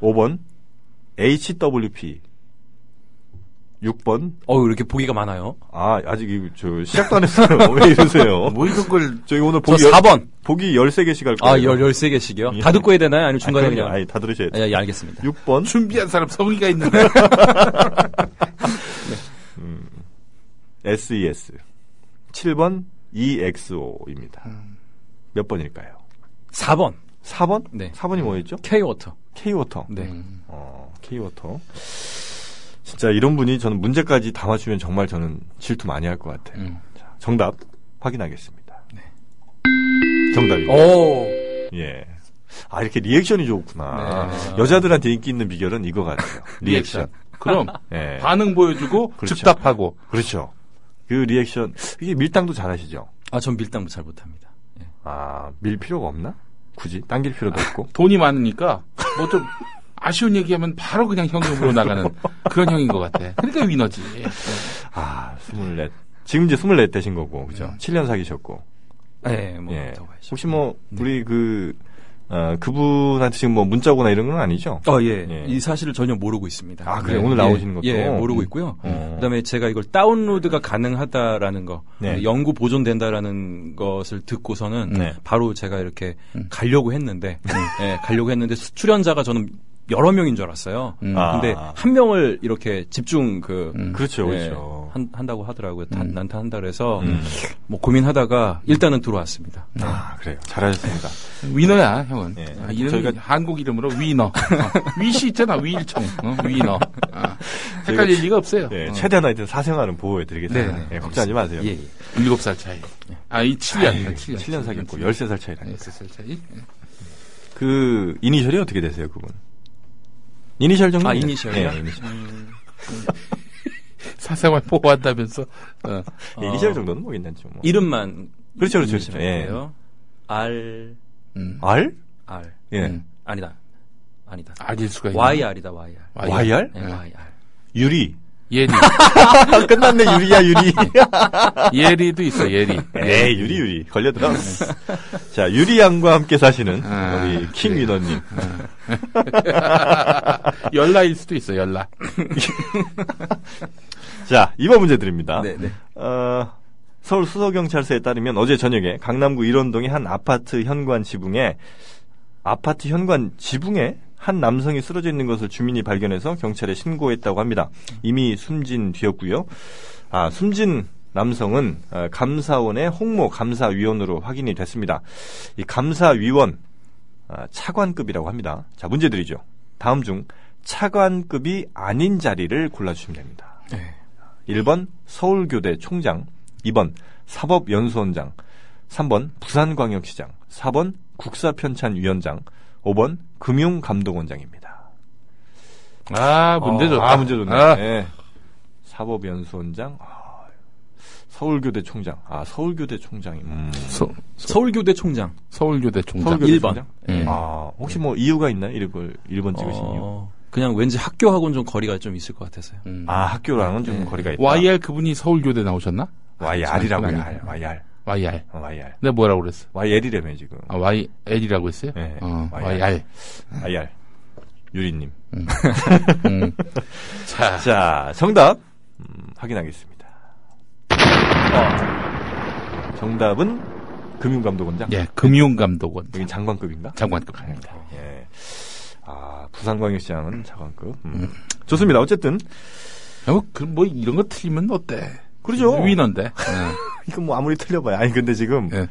[SPEAKER 1] 5번 HWP. 6번
[SPEAKER 3] 어우, 이렇게 보기가 많아요.
[SPEAKER 1] 아, 아직 이거 저 시작도 안 했어요. <laughs> 왜 이러세요?
[SPEAKER 2] 뭐 이런 걸
[SPEAKER 1] 저희 오늘
[SPEAKER 3] 저
[SPEAKER 1] 보기 열-
[SPEAKER 3] 4번.
[SPEAKER 1] 보기 13개씩 할 거예요.
[SPEAKER 3] 아, 열, 13개씩이요?
[SPEAKER 1] 예.
[SPEAKER 3] 다 듣고 해야 되나요? 아니면 중간에
[SPEAKER 1] 아,
[SPEAKER 3] 그냥?
[SPEAKER 1] 아니, 다 들으셔야
[SPEAKER 3] 아,
[SPEAKER 1] 돼요.
[SPEAKER 3] 예, 알겠습니다.
[SPEAKER 1] 6번
[SPEAKER 2] 준비한 사람 성의가 있는데.
[SPEAKER 1] SES. 7번 EXO입니다.
[SPEAKER 3] 음.
[SPEAKER 1] 몇 번일까요?
[SPEAKER 3] 4번.
[SPEAKER 1] 4번?
[SPEAKER 3] 네.
[SPEAKER 1] 4번이 뭐였죠?
[SPEAKER 3] K-워터.
[SPEAKER 1] K 워터.
[SPEAKER 3] 네.
[SPEAKER 1] 어, K 워터. 진짜 이런 분이 저는 문제까지 담아주면 정말 저는 질투 많이 할 것 같아요.
[SPEAKER 2] 음.
[SPEAKER 1] 자, 정답 확인하겠습니다. 정답입니다.
[SPEAKER 3] 오.
[SPEAKER 1] 예. 아 이렇게 리액션이 좋구나.
[SPEAKER 3] 네.
[SPEAKER 1] 여자들한테 인기 있는 비결은 이거 같아요. <laughs> <laughs> 리액션.
[SPEAKER 2] 그럼
[SPEAKER 1] 예.
[SPEAKER 2] 반응 보여주고
[SPEAKER 1] 그렇죠.
[SPEAKER 2] 즉답하고.
[SPEAKER 1] 그렇죠. 그 리액션 이게 밀당도 잘하시죠.
[SPEAKER 3] 아, 전 밀당도 잘 못합니다. 예.
[SPEAKER 1] 아밀 필요가 없나? 굳이 당길 필요도 없고.
[SPEAKER 2] 돈이 많으니까 뭐 좀 아쉬운 얘기하면 바로 그냥 현금으로 나가는 그런 형인 것 같아. 그러니까 위너지.
[SPEAKER 1] 아 스물넷. 지금 이제 스물넷 되신 음. 거고 그죠? 칠 년 사귀셨고.
[SPEAKER 3] 예, 뭐,
[SPEAKER 1] 예.
[SPEAKER 3] 그렇다고 하죠.
[SPEAKER 1] 혹시 뭐 우리 그 어, 그분한테 지금 뭐 문자거나 이런 건 아니죠?
[SPEAKER 3] 어, 예.
[SPEAKER 1] 예.
[SPEAKER 3] 이 사실을 전혀 모르고 있습니다.
[SPEAKER 1] 아, 그래요?
[SPEAKER 3] 예,
[SPEAKER 1] 오늘
[SPEAKER 3] 예,
[SPEAKER 1] 나오시는 것도?
[SPEAKER 3] 예, 모르고 있고요.
[SPEAKER 1] 어.
[SPEAKER 3] 그다음에 제가 이걸 다운로드가 가능하다라는 거, 그
[SPEAKER 1] 네.
[SPEAKER 3] 연구 보존된다라는 것을 듣고서는
[SPEAKER 1] 네.
[SPEAKER 3] 바로 제가 이렇게 가려고 했는데, 예, 가려고 했는데 수- 출연자가 저는 여러 명인 줄 알았어요.
[SPEAKER 2] 음.
[SPEAKER 1] 아.
[SPEAKER 3] 근데 한 명을 이렇게 집중 그
[SPEAKER 2] 음.
[SPEAKER 1] 그렇죠,
[SPEAKER 3] 예,
[SPEAKER 1] 그렇죠.
[SPEAKER 3] 한, 한다고 하더라고요.
[SPEAKER 2] 음.
[SPEAKER 3] 단, 난타 한다 그래서
[SPEAKER 1] 음.
[SPEAKER 3] 뭐 고민하다가 일단은 들어왔습니다.
[SPEAKER 1] 아, 그래요. 잘하셨습니다.
[SPEAKER 2] 위너야, 형은.
[SPEAKER 1] 예.
[SPEAKER 2] 아, 이름이
[SPEAKER 1] 저희가-
[SPEAKER 2] 한국 이름으로
[SPEAKER 1] <laughs>
[SPEAKER 2] 위너. 어, 위시 있잖아, 위일청. 어, 위너. 아, 헷갈릴 리가 없어요.
[SPEAKER 1] 네,
[SPEAKER 2] 어.
[SPEAKER 1] 최대한 하여튼 사생활은 보호해드리겠습니다.
[SPEAKER 2] 네, 네.
[SPEAKER 1] 예, 걱정하지 마세요.
[SPEAKER 2] 예, 예. 7살 차이. 아, 이 7년. 아, 7년.
[SPEAKER 1] 예. 7년 사귀었고 13살 차이라니.
[SPEAKER 2] 6살 차이.
[SPEAKER 1] 그 이니셜이 어떻게 되세요, 그분? 이니셜 정도?
[SPEAKER 3] 아, 이니셜이요?
[SPEAKER 1] 네, 이니셜.
[SPEAKER 2] 사생활 보호한다면서. 어.
[SPEAKER 1] 예, 이니셜 정도는 뭐 괜찮죠. 뭐.
[SPEAKER 3] 이름만
[SPEAKER 1] 그렇죠, 그렇죠, 그렇죠. 예.
[SPEAKER 3] 요 R
[SPEAKER 2] 음.
[SPEAKER 1] R?
[SPEAKER 3] R
[SPEAKER 1] 예.
[SPEAKER 2] 음.
[SPEAKER 3] 아니다. 아니다.
[SPEAKER 2] 아닐 수가 있나?
[SPEAKER 3] YR이다, YR.
[SPEAKER 1] 아, YR?
[SPEAKER 3] 네, YR.
[SPEAKER 1] 유리.
[SPEAKER 2] 예리.
[SPEAKER 1] 아, 끝났네, 유리야, <laughs> 유리.
[SPEAKER 2] 예리도 있어, 예리.
[SPEAKER 1] 네, 유리, 유리. 걸려들어. 자, 유리 양과 함께 사시는
[SPEAKER 2] 아,
[SPEAKER 1] 우리 킹 위너님.
[SPEAKER 2] 연라일 수도 있어, 연라.
[SPEAKER 1] 자, 이번 문제 드립니다.
[SPEAKER 3] 네, 네.
[SPEAKER 1] 어, 서울 수서경찰서에 따르면 어제 저녁에 강남구 일원동의 한 아파트 현관 지붕에 아파트 현관 지붕에 한 남성이 쓰러져 있는 것을 주민이 발견해서 경찰에 신고했다고 합니다. 이미 숨진 뒤였고요. 아, 숨진 남성은 어, 감사원의 홍모 감사위원으로 확인이 됐습니다. 이 감사위원 아, 차관급이라고 합니다. 자, 문제 드리죠. 다음 중 차관급이 아닌 자리를 골라주시면 됩니다. 1번 서울교대 총장, 2번 사법연수원장, 3번 부산광역시장, 4번 국사편찬위원장, 5번 금융감독원장입니다.
[SPEAKER 2] 아, 문제
[SPEAKER 1] 어,
[SPEAKER 2] 좋다.
[SPEAKER 1] 아, 문제 좋네.
[SPEAKER 2] 아,
[SPEAKER 1] 예. 사법연수원장, 아, 서울교대 총장. 아, 서울교대 총장이. 음.
[SPEAKER 2] 서,
[SPEAKER 3] 서울교대 총장.
[SPEAKER 2] 서울교대 총장.
[SPEAKER 1] 서울교대
[SPEAKER 3] 일 번.
[SPEAKER 1] 총장?
[SPEAKER 2] 예.
[SPEAKER 1] 아, 혹시 뭐 이유가 있나요? 1번, 1번 찍으신 이유.
[SPEAKER 3] 어, 그냥 왠지 학교하고는 좀 거리가 좀 있을 것 같아서요.
[SPEAKER 2] 음.
[SPEAKER 1] 아, 예. 학교랑은 좀 거리가 있다.
[SPEAKER 2] YR 그분이 서울교대 나오셨나?
[SPEAKER 1] YR이라고
[SPEAKER 2] 아니,
[SPEAKER 1] YR. YR.
[SPEAKER 2] YR.
[SPEAKER 1] 어, YR.
[SPEAKER 2] 내가 뭐라고 그랬어?
[SPEAKER 1] YL이라며 지금.
[SPEAKER 2] 아, YL이라고 했어요?
[SPEAKER 1] 네,
[SPEAKER 2] 어,
[SPEAKER 1] YR.
[SPEAKER 2] YR.
[SPEAKER 1] YR. 유리님.
[SPEAKER 2] 음. 자,
[SPEAKER 1] <laughs> 자, 정답 음, 확인하겠습니다. 어. 정답은 금융감독원장.
[SPEAKER 2] 예, 금융감독원
[SPEAKER 1] 여기 장관급인가?
[SPEAKER 2] 장관급 아닙니다.
[SPEAKER 1] 예. 아, 부산광역시장은 장관급. 음. 좋습니다. 어쨌든
[SPEAKER 2] 어, 그, 뭐, 이런 거 틀리면 어때?
[SPEAKER 1] 그러죠.
[SPEAKER 2] 위너인데.
[SPEAKER 1] 이건 뭐 아무리 틀려봐야. 아니 근데 지금
[SPEAKER 2] 예.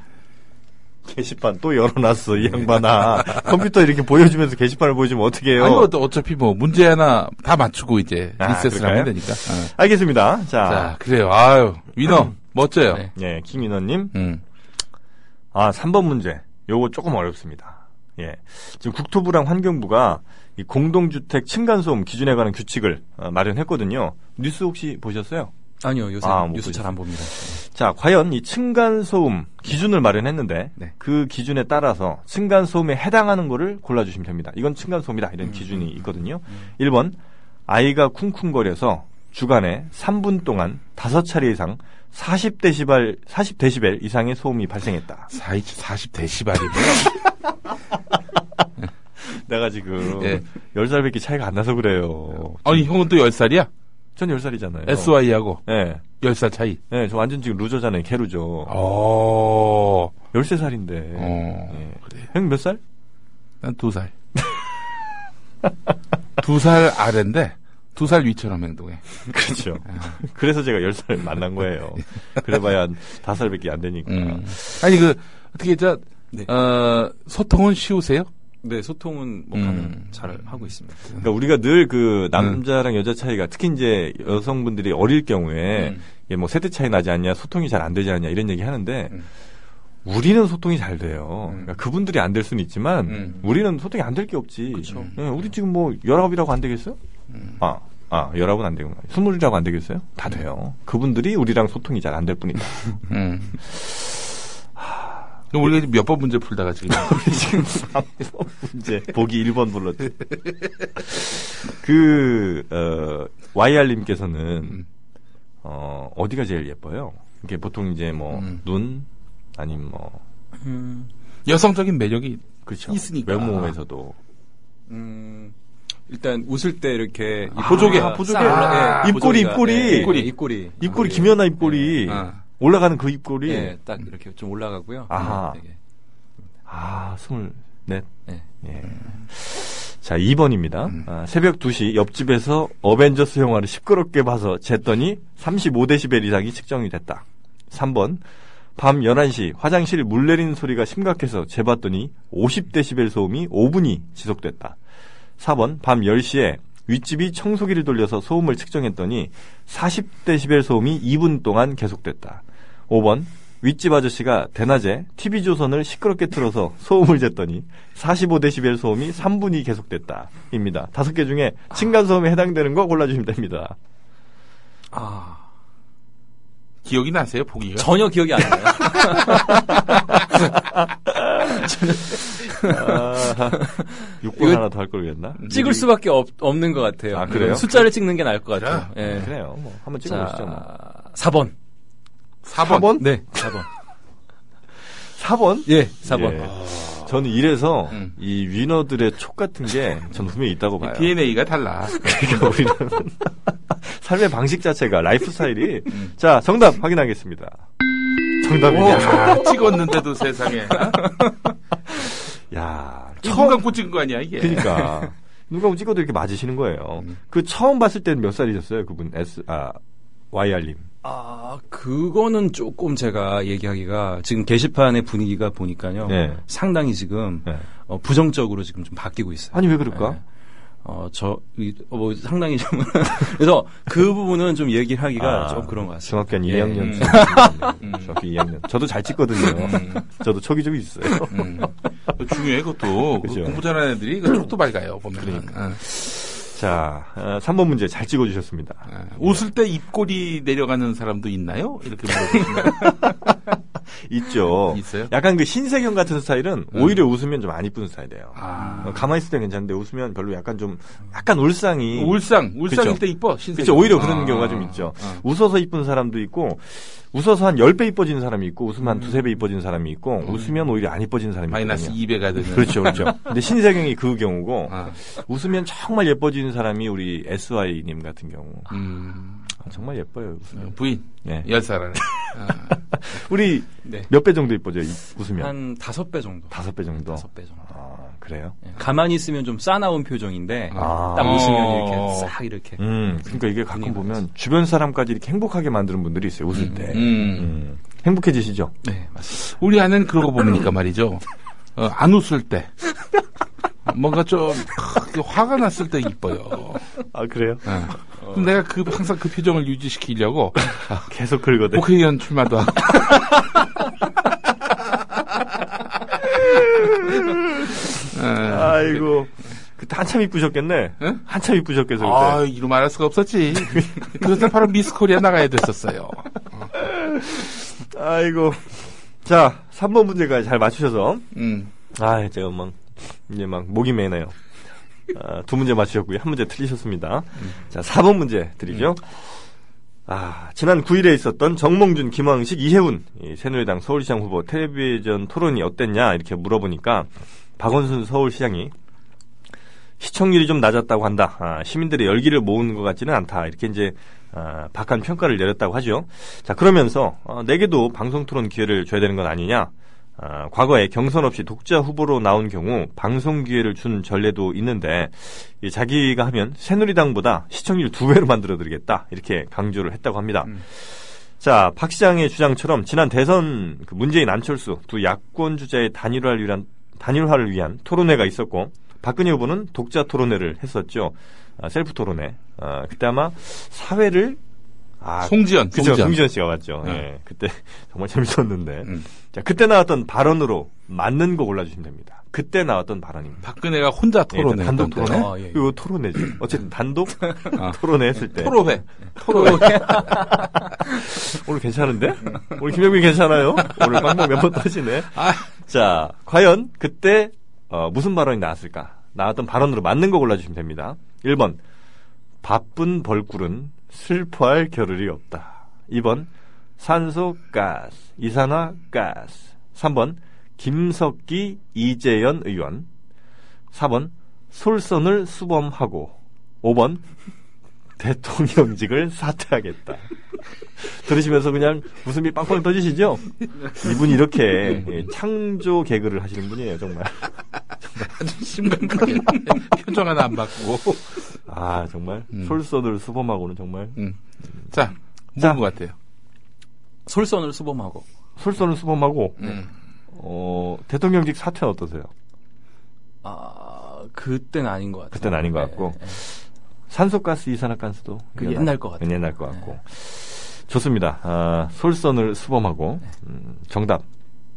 [SPEAKER 1] 게시판 또 열어놨어 이
[SPEAKER 2] <laughs>
[SPEAKER 1] 양반아. 컴퓨터 이렇게 보여주면서 게시판을 보여주면 어떻게 해요?
[SPEAKER 2] 아니, 어, 어차피 뭐, 문제 하나 다 맞추고 이제
[SPEAKER 1] 아,
[SPEAKER 2] 리셋을
[SPEAKER 1] 그럴까요?
[SPEAKER 2] 하면
[SPEAKER 1] 아.
[SPEAKER 2] 되니까. 어.
[SPEAKER 1] 알겠습니다.
[SPEAKER 2] 자,
[SPEAKER 1] 자,
[SPEAKER 2] 그래요. 아유, 위너,
[SPEAKER 1] 음.
[SPEAKER 2] 멋져요.
[SPEAKER 3] 네.
[SPEAKER 1] 예, 킹민호님.
[SPEAKER 2] 음.
[SPEAKER 1] 아, 3번 문제. 요거 조금 어렵습니다. 예. 지금 국토부랑 환경부가 이 공동주택 층간소음 기준에 관한 규칙을 어, 마련했거든요. 뉴스 혹시 보셨어요?
[SPEAKER 3] 아니요, 요새
[SPEAKER 1] 아, 못
[SPEAKER 3] 뉴스 잘 안 봅니다.
[SPEAKER 1] 자, 과연 이 층간소음 기준을 마련했는데
[SPEAKER 3] 네.
[SPEAKER 1] 그 기준에 따라서 층간소음에 해당하는 거를 골라주시면 됩니다. 이건 층간소음이다. 이런 기준이 있거든요. 1번, 아이가 쿵쿵거려서 주간에 3분 동안 5차례 이상 40데시벨, 40데시벨 이상의 소음이 발생했다.
[SPEAKER 2] 40, 40데시발이면.
[SPEAKER 1] 내가 지금
[SPEAKER 2] 예.
[SPEAKER 1] 10살밖에 차이가 안 나서 그래요.
[SPEAKER 2] 아니, 형은 또 10살이야?
[SPEAKER 1] 전 10살이잖아요.
[SPEAKER 2] SY하고
[SPEAKER 1] 예.
[SPEAKER 2] 10살 차이.
[SPEAKER 1] 예, 저 완전 지금 루저잖아요. 개루죠.
[SPEAKER 2] 어,
[SPEAKER 1] 13살인데.
[SPEAKER 2] 어,
[SPEAKER 1] 그래. 형 몇
[SPEAKER 2] <laughs>
[SPEAKER 1] 살?
[SPEAKER 2] 난 2살. <laughs> 2살 아래인데, 2살 위처럼 행동해.
[SPEAKER 1] 그렇죠.
[SPEAKER 2] 아.
[SPEAKER 1] 그래서 제가 10살 만난 거예요. 그래봐야 한 5살밖에 안 되니까.
[SPEAKER 2] 음. 아니, 그, 어떻게, 저,
[SPEAKER 3] 네.
[SPEAKER 2] 어, 소통은 쉬우세요?
[SPEAKER 3] 네, 소통은 뭐
[SPEAKER 2] 음.
[SPEAKER 3] 가능 잘 하고 있습니다.
[SPEAKER 1] 그러니까 우리가 늘 그 남자랑 여자 차이가 특히 이제 여성분들이 어릴 경우에
[SPEAKER 2] 음.
[SPEAKER 1] 이게 뭐 세대 차이 나지 않냐, 소통이 잘 안 되지 않냐 이런 얘기 하는데
[SPEAKER 2] 음.
[SPEAKER 1] 우리는 소통이 잘 돼요.
[SPEAKER 2] 음.
[SPEAKER 1] 그러니까 그분들이 안 될 수는 있지만
[SPEAKER 2] 음.
[SPEAKER 1] 우리는 소통이 안 될 게 없지.
[SPEAKER 3] 그쵸.
[SPEAKER 1] 예, 우리 지금 뭐 열아홉이라고 안 되겠어요?
[SPEAKER 2] 음.
[SPEAKER 1] 아, 아, 열아홉은 안 되구나. 스물이라고 안 되겠어요? 다 돼요. 그분들이 우리랑 소통이 잘 안 될 뿐이다.
[SPEAKER 2] 음. 그럼 우리가 몇 번 문제 풀다가
[SPEAKER 1] <laughs>
[SPEAKER 2] 지금.
[SPEAKER 1] 우리 지금 3번 문제 보기 1번 불렀죠. 그 어, YR님께서는
[SPEAKER 2] 음.
[SPEAKER 1] 어, 어디가 제일 예뻐요? 이게 보통 이제 뭐 눈
[SPEAKER 2] 음.
[SPEAKER 1] 아니면 뭐
[SPEAKER 2] 여성적인 매력이
[SPEAKER 1] 그렇죠.
[SPEAKER 2] 있으니까. 아.
[SPEAKER 1] 외모에서도.
[SPEAKER 3] 음, 일단 웃을 때 이렇게
[SPEAKER 2] 아, 보조개,
[SPEAKER 3] 입꼬리가
[SPEAKER 2] 보조개
[SPEAKER 3] 싹,
[SPEAKER 2] 올라-
[SPEAKER 3] 예,
[SPEAKER 1] 입꼬리,
[SPEAKER 3] 보조개가,
[SPEAKER 1] 입꼬리.
[SPEAKER 3] 예,
[SPEAKER 2] 입꼬리.
[SPEAKER 3] 입꼬리,
[SPEAKER 1] 입꼬리 김연아 입꼬리
[SPEAKER 2] 아. 네.
[SPEAKER 1] 올라가는 그 입꼬리.
[SPEAKER 3] 예, 딱 이렇게 좀 올라가고요.
[SPEAKER 1] 아하.
[SPEAKER 3] 네, 되게.
[SPEAKER 1] 아, 스물 넷.
[SPEAKER 3] 네.
[SPEAKER 1] 예. 자, 2번입니다. 아, 새벽 2시 옆집에서 어벤져스 영화를 시끄럽게 봐서 쟀더니 35데시벨 이상이 측정이 됐다. 3번. 밤 11시 화장실 물 내리는 소리가 심각해서 재봤더니 50데시벨 소음이 5분이 지속됐다. 4번. 밤 10시에 윗집이 청소기를 돌려서 소음을 측정했더니 40데시벨 소음이 2분 동안 계속됐다. 5번. 윗집 아저씨가 대낮에 TV조선을 시끄럽게 틀어서 소음을 쟀더니 45데시벨 소음이 3분이 계속됐다. 입니다. 다섯 개 중에 층간소음에 해당되는 거 골라주시면 됩니다.
[SPEAKER 3] 아,
[SPEAKER 2] 기억이 나세요, 보기가?
[SPEAKER 3] 전혀 기억이 안
[SPEAKER 1] <laughs>
[SPEAKER 3] 나요. <laughs>
[SPEAKER 1] 아, 6번
[SPEAKER 3] 이거-
[SPEAKER 1] 하나 더 할 걸 그랬나?
[SPEAKER 3] 찍을 수밖에 없, 없는 것 같아요.
[SPEAKER 1] 아, 그래요?
[SPEAKER 3] 숫자를 찍는 게 나을 것 같아요. 예.
[SPEAKER 1] 그래요. 뭐 한번 찍어보시죠. 뭐.
[SPEAKER 3] 자, 4번.
[SPEAKER 2] 4번.
[SPEAKER 1] 4번?
[SPEAKER 3] 네, 4번.
[SPEAKER 1] 4번?
[SPEAKER 3] 예, 4번.
[SPEAKER 1] 예. 저는 이래서
[SPEAKER 2] 음.
[SPEAKER 1] 이 위너들의 촉 같은 게 저는 분명히 있다고 봐요.
[SPEAKER 2] DNA가 달라.
[SPEAKER 3] 음.
[SPEAKER 1] 그러니까 우리는 <laughs> 삶의 방식 자체가 라이프 스타일이
[SPEAKER 3] 음.
[SPEAKER 1] 자 정답 확인하겠습니다. 정답이냐?
[SPEAKER 2] 아, 찍었는데도 세상에.
[SPEAKER 1] 야
[SPEAKER 2] 처음
[SPEAKER 1] <laughs> 처음
[SPEAKER 2] 감고 찍은 거 아니야,
[SPEAKER 1] <laughs>
[SPEAKER 2] 이게.
[SPEAKER 1] 그러니까 누가 한번 찍어도 이렇게 맞으시는 거예요. 그 처음 봤을 때는 몇 살이셨어요, 그분 S 아 YR님.
[SPEAKER 3] 아, 그거는 조금 제가 얘기하기가 지금 게시판의 분위기가 보니까요.
[SPEAKER 1] 네.
[SPEAKER 3] 상당히 지금
[SPEAKER 1] 네.
[SPEAKER 3] 어, 부정적으로 지금 좀 바뀌고 있어요.
[SPEAKER 1] 아니 왜 그럴까?
[SPEAKER 3] 네. 어, 저, 이, 어, 뭐, 상당히 좀. <laughs> 그래서 그 부분은 좀 얘기하기가
[SPEAKER 1] 아,
[SPEAKER 3] 좀 그런 것 같습니다.
[SPEAKER 1] 중학교 한
[SPEAKER 3] 예. 음.
[SPEAKER 1] 2학년.
[SPEAKER 2] 음.
[SPEAKER 1] 중학교 2학년. 저도 잘 찍거든요. 저도 촉이 좀 있어요.
[SPEAKER 2] 음. 그거 중요해, 그것도. 그
[SPEAKER 1] 그죠. 그러니까.
[SPEAKER 2] 공부 잘하는 애들이 그 촉도 밝아요, 보면. 응.
[SPEAKER 1] 자, 어, 3번 문제 잘 찍어주셨습니다.
[SPEAKER 2] 아, 웃을 때 입꼬리 내려가는 사람도 있나요? 이렇게
[SPEAKER 1] <laughs>
[SPEAKER 2] 물어보시면
[SPEAKER 1] 있죠.
[SPEAKER 2] <laughs> 있어요? 네.
[SPEAKER 1] 약간 그 신세경 같은 스타일은 오히려 웃으면 좀 안 이쁜 스타일이에요.
[SPEAKER 2] 아.
[SPEAKER 1] 어, 가만히 있을 때 괜찮은데 웃으면 별로 약간 좀 약간 울상이
[SPEAKER 2] 울상, 울상일
[SPEAKER 1] 그쵸.
[SPEAKER 2] 때 이뻐, 아. 신세.
[SPEAKER 1] 그렇죠. 오히려 그런 경우가 좀 있죠. 웃어서 이쁜 사람도 있고 웃어서 한 10배 이뻐진 사람이 있고 웃으면 한 두세 배 이뻐진 사람이 있고 웃으면 오히려 안 이뻐진 사람이
[SPEAKER 2] 음. 마이너스
[SPEAKER 1] 있거든요.
[SPEAKER 2] 2배가 되는.
[SPEAKER 1] 그렇죠. 그렇죠. 근데 신세경이 그 경우고
[SPEAKER 2] 아,
[SPEAKER 1] 웃으면 정말 예뻐지는 사람이 우리 SY 님 같은 경우.
[SPEAKER 2] 음,
[SPEAKER 1] 아, 정말 예뻐요, 웃으면.
[SPEAKER 2] 부인.
[SPEAKER 1] 네.
[SPEAKER 2] 열
[SPEAKER 1] <laughs>
[SPEAKER 2] 살 안에. 아,
[SPEAKER 1] 우리
[SPEAKER 3] 네.
[SPEAKER 1] 몇 배 정도 예뻐져요, 이- 웃으면?
[SPEAKER 3] 한 다섯 배 정도.
[SPEAKER 1] 다섯 배 정도.
[SPEAKER 3] 다섯 배 정도.
[SPEAKER 1] 아, 그래요?
[SPEAKER 3] 예. 가만히 있으면 좀 싸나운 표정인데,
[SPEAKER 1] 아.
[SPEAKER 3] 딱 웃으면
[SPEAKER 2] 어.
[SPEAKER 3] 이렇게 싹 이렇게.
[SPEAKER 1] 음, 그러니까 이게 가끔
[SPEAKER 3] 분위기가
[SPEAKER 1] 보면 주변 사람까지 이렇게 행복하게 만드는 분들이 있어요, 웃을 때.
[SPEAKER 2] 음.
[SPEAKER 1] 음. 행복해지시죠?
[SPEAKER 3] 네, 맞습니다.
[SPEAKER 2] 우리 아내는 그러고 보니까 말이죠. 어, 안 웃을 때. 뭔가 좀 크게 화가 났을 때 이뻐요.
[SPEAKER 1] 아, 그래요?
[SPEAKER 2] 예. 그럼 내가 그 항상 그 표정을
[SPEAKER 1] <laughs>
[SPEAKER 2] 유지시키려고
[SPEAKER 1] 계속 긁어대.
[SPEAKER 2] 국회의원 출마도
[SPEAKER 1] <laughs>
[SPEAKER 2] 하고. 예.
[SPEAKER 1] 아이고. 그때 한참 이쁘셨겠네.
[SPEAKER 2] 응?
[SPEAKER 1] 한참 이쁘셨겠어, 그때.
[SPEAKER 2] 아, 이루 말할 수가 없었지. 그래서 바로 미스 코리아 나가야 됐었어요.
[SPEAKER 1] 아이고. 자, 3번 문제까지 잘 맞추셔서.
[SPEAKER 2] 음.
[SPEAKER 1] 아, 제가 막, 이제 막 목이 메네요. 아, 두 문제 맞추셨고요. 한 문제 틀리셨습니다. 자, 4번 문제 드리죠. 아, 지난 9일에 있었던 정몽준, 김황식, 이혜훈, 이 새누리당 서울시장 후보 텔레비전 토론이 어땠냐, 이렇게 물어보니까 박원순 서울시장이 시청률이 좀 낮았다고 한다. 아, 시민들의 열기를 모은 것 같지는 않다. 이렇게 이제 아, 박한 평가를 내렸다고 하죠. 자 그러면서 어, 내게도 방송 토론 기회를 줘야 되는 건 아니냐. 아, 과거에 경선 없이 독자 후보로 나온 경우 방송 기회를 준 전례도 있는데 이 자기가 하면 새누리당보다 시청률 두 배로 만들어드리겠다 이렇게 강조를 했다고 합니다. 자, 박 시장의 주장처럼 지난 대선 그 문재인 안철수 두 야권 주자의 단일화를 위한 단일화를 위한 토론회가 있었고 박근혜 후보는 독자 토론회를 했었죠. 아, 셀프 토론회. 아, 그때 아마 사회를 아,
[SPEAKER 2] 송지연,
[SPEAKER 1] 그죠
[SPEAKER 2] 송지연.
[SPEAKER 1] 송지현 씨가 왔죠.
[SPEAKER 2] 네.
[SPEAKER 1] 예, 그때 <laughs> 정말 재밌었는데.
[SPEAKER 2] 음.
[SPEAKER 1] 자, 그때 나왔던 발언으로 맞는 거 골라주시면 됩니다. 그때 나왔던 발언입니다.
[SPEAKER 2] 박근혜가 혼자
[SPEAKER 1] 예,
[SPEAKER 2] 토론회.
[SPEAKER 1] 단독
[SPEAKER 2] 했던데.
[SPEAKER 1] 토론회?
[SPEAKER 3] 아, 예, 예.
[SPEAKER 1] 이거 토론회죠. 어쨌든 단독 토론회 했을 때.
[SPEAKER 2] 네. 토로회.
[SPEAKER 3] 토론회.
[SPEAKER 1] 오늘 괜찮은데? 오늘 김영민 괜찮아요? 오늘 빵빵 몇번 터지네. 자, 과연 그때 어, 무슨 발언이 나왔을까? 나왔던 발언으로 맞는 거 골라주시면 됩니다. 1번 바쁜 벌꿀은 슬퍼할 겨를이 없다. 2번 산소가스, 이산화가스. 3번 김석기, 이재현 의원. 4번 솔선을 수범하고 5번 대통령직을 사퇴하겠다. 들으시면서 그냥 웃음이 빵빵 터지시죠?
[SPEAKER 3] 네.
[SPEAKER 1] 이분이 이렇게 예, 창조 개그를 하시는 분이에요, 정말.
[SPEAKER 2] <laughs> 아주 심각하게 표정 하나 안 받고.
[SPEAKER 1] 아, 정말.
[SPEAKER 2] 음.
[SPEAKER 1] 솔선을 수범하고는 정말.
[SPEAKER 2] 음. 자,
[SPEAKER 1] 자.
[SPEAKER 2] 뭔것 같아요?
[SPEAKER 3] 솔선을 수범하고
[SPEAKER 1] 솔선을 수범하고,
[SPEAKER 2] 음.
[SPEAKER 1] 어, 대통령직 사퇴는 어떠세요?
[SPEAKER 3] 아 그땐 아닌 것 같아요.
[SPEAKER 1] 그땐 아닌 것 같고.
[SPEAKER 3] 네, 네.
[SPEAKER 1] 산소가스, 이산화탄소도.
[SPEAKER 3] 그게 옛날 것 같아요. 네.
[SPEAKER 1] 옛날 것 같고. 좋습니다. 아, 솔선을 수범하고,
[SPEAKER 3] 네.
[SPEAKER 1] 음, 정답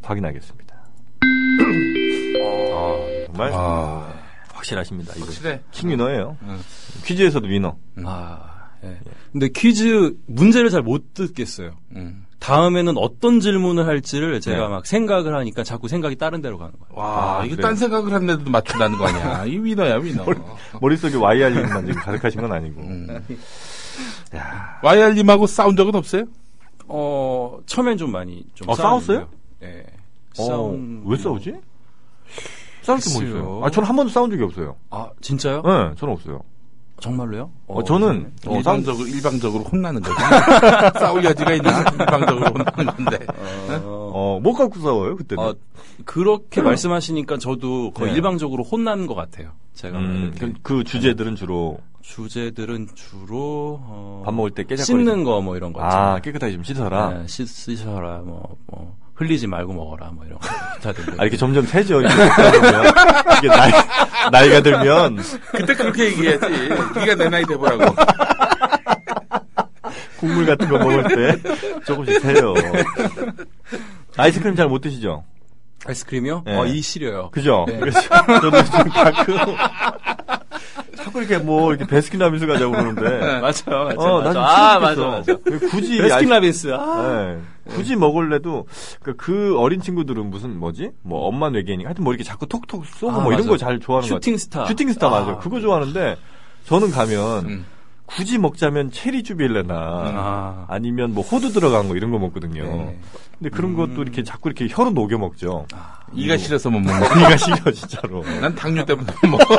[SPEAKER 1] 확인하겠습니다.
[SPEAKER 3] 어.
[SPEAKER 1] 아, 정말
[SPEAKER 2] 아,
[SPEAKER 1] 확실하십니다. 이거.
[SPEAKER 2] 확실해.
[SPEAKER 1] 킹위너예요.
[SPEAKER 3] 네.
[SPEAKER 2] 음.
[SPEAKER 1] 퀴즈에서도 위너.
[SPEAKER 3] 아 예. 근데 퀴즈 문제를 잘 못 듣겠어요.
[SPEAKER 2] 음.
[SPEAKER 3] 다음에는 어떤 질문을 할지를 제가
[SPEAKER 1] 네.
[SPEAKER 3] 막 생각을 하니까 자꾸 생각이 다른 데로 가는 거예요.
[SPEAKER 2] 와,
[SPEAKER 1] 아,
[SPEAKER 2] 이거
[SPEAKER 1] 그래요?
[SPEAKER 2] 딴 생각을 했는데도 맞춘다는 거
[SPEAKER 1] <laughs>
[SPEAKER 2] 아니야. 이 위너야, 위너.
[SPEAKER 1] 머릿속에 YR님만 지금 가득하신 건 아니고.
[SPEAKER 2] 음.
[SPEAKER 1] 야,
[SPEAKER 2] 와이알님하고 싸운 적은 없어요?
[SPEAKER 3] 어 처음엔 좀 많이 좀
[SPEAKER 1] 아, 싸웠어요?
[SPEAKER 3] 예.
[SPEAKER 1] 어,
[SPEAKER 3] 싸움
[SPEAKER 1] 왜 싸우지? 싸울 게 뭐
[SPEAKER 3] 글쎄요.
[SPEAKER 1] 있어요? 아, 저는 한 번도 싸운 적이 없어요.
[SPEAKER 3] 아 진짜요?
[SPEAKER 1] 예, 네, 저는 없어요.
[SPEAKER 3] 정말로요?
[SPEAKER 1] 어, 저는 어, 싸운
[SPEAKER 2] 일방적으로, 일방적으로 혼나는 거지. <laughs> 싸울
[SPEAKER 1] <laughs>
[SPEAKER 2] 여지가 있나? 일방적으로 혼나는 건데.
[SPEAKER 3] 어,
[SPEAKER 1] 어, 못 갖고 싸워요, 그때는.
[SPEAKER 3] 아, 그렇게 말씀하시니까 저도 거의
[SPEAKER 1] 네.
[SPEAKER 3] 일방적으로 혼난 것 같아요. 제가
[SPEAKER 1] 음,
[SPEAKER 3] 이렇게
[SPEAKER 1] 그, 그 주제들은 주로
[SPEAKER 3] 주제들은 주로 어,
[SPEAKER 1] 밥 먹을 때 깨작거리는
[SPEAKER 3] 씻는 거 뭐 이런 거
[SPEAKER 1] 아,
[SPEAKER 3] 있잖아요.
[SPEAKER 1] 깨끗하게 좀 씻어라.
[SPEAKER 3] 네, 씻, 씻어라 뭐, 뭐 흘리지 말고 먹어라 뭐 이런
[SPEAKER 1] <laughs>
[SPEAKER 3] 거 다들
[SPEAKER 1] 아, 이렇게 점점 세죠. 이게, 이게 나이, 나이가 들면
[SPEAKER 2] 그때 그렇게 얘기해야지. 네가 내 나이 돼보라고.
[SPEAKER 1] 음. 국물 같은 거 먹을 때 조금씩 세요. 아이스크림 잘 못 드시죠?
[SPEAKER 3] 아이스크림이요?
[SPEAKER 1] 네.
[SPEAKER 3] 어, 이 시려요.
[SPEAKER 1] 그죠? 그래서 저도 좀 가끔 자꾸 이렇게 뭐 이렇게 베스킨라빈스 가자고
[SPEAKER 3] 네.
[SPEAKER 1] 그러는데
[SPEAKER 3] 맞아요, 맞아요.
[SPEAKER 1] 어,
[SPEAKER 3] 맞아요.
[SPEAKER 1] 난좀
[SPEAKER 3] 아, 맞아,
[SPEAKER 1] 싫어.
[SPEAKER 3] 맞아.
[SPEAKER 1] 굳이
[SPEAKER 3] 베스킨라빈스. 아.
[SPEAKER 1] 아이스- 네. 굳이 먹을래도 그, 그 어린 친구들은 무슨 뭐지? 뭐 엄마 외계인 하여튼 뭐 이렇게 자꾸 톡톡 쏘고
[SPEAKER 3] 아,
[SPEAKER 1] 뭐 이런
[SPEAKER 3] 맞아.
[SPEAKER 1] 거 잘 좋아하는 거 같아요.
[SPEAKER 3] 슈팅스타.
[SPEAKER 1] 슈팅스타
[SPEAKER 3] 아.
[SPEAKER 1] 맞아요. 그거 좋아하는데 저는 가면
[SPEAKER 2] 음.
[SPEAKER 1] 굳이 먹자면 체리 주빌레나
[SPEAKER 3] 아.
[SPEAKER 1] 아니면 뭐 호두 들어간 거 이런 거 먹거든요.
[SPEAKER 2] 네.
[SPEAKER 1] 근데
[SPEAKER 3] 음.
[SPEAKER 1] 그런 것도 이렇게 자꾸 이렇게 혀로 녹여 먹죠.
[SPEAKER 3] 아.
[SPEAKER 2] 이가 싫어서 못
[SPEAKER 1] <laughs>
[SPEAKER 2] 먹는 거.
[SPEAKER 1] 이가 싫어 진짜로.
[SPEAKER 2] 난 당뇨 때문에 못 먹어.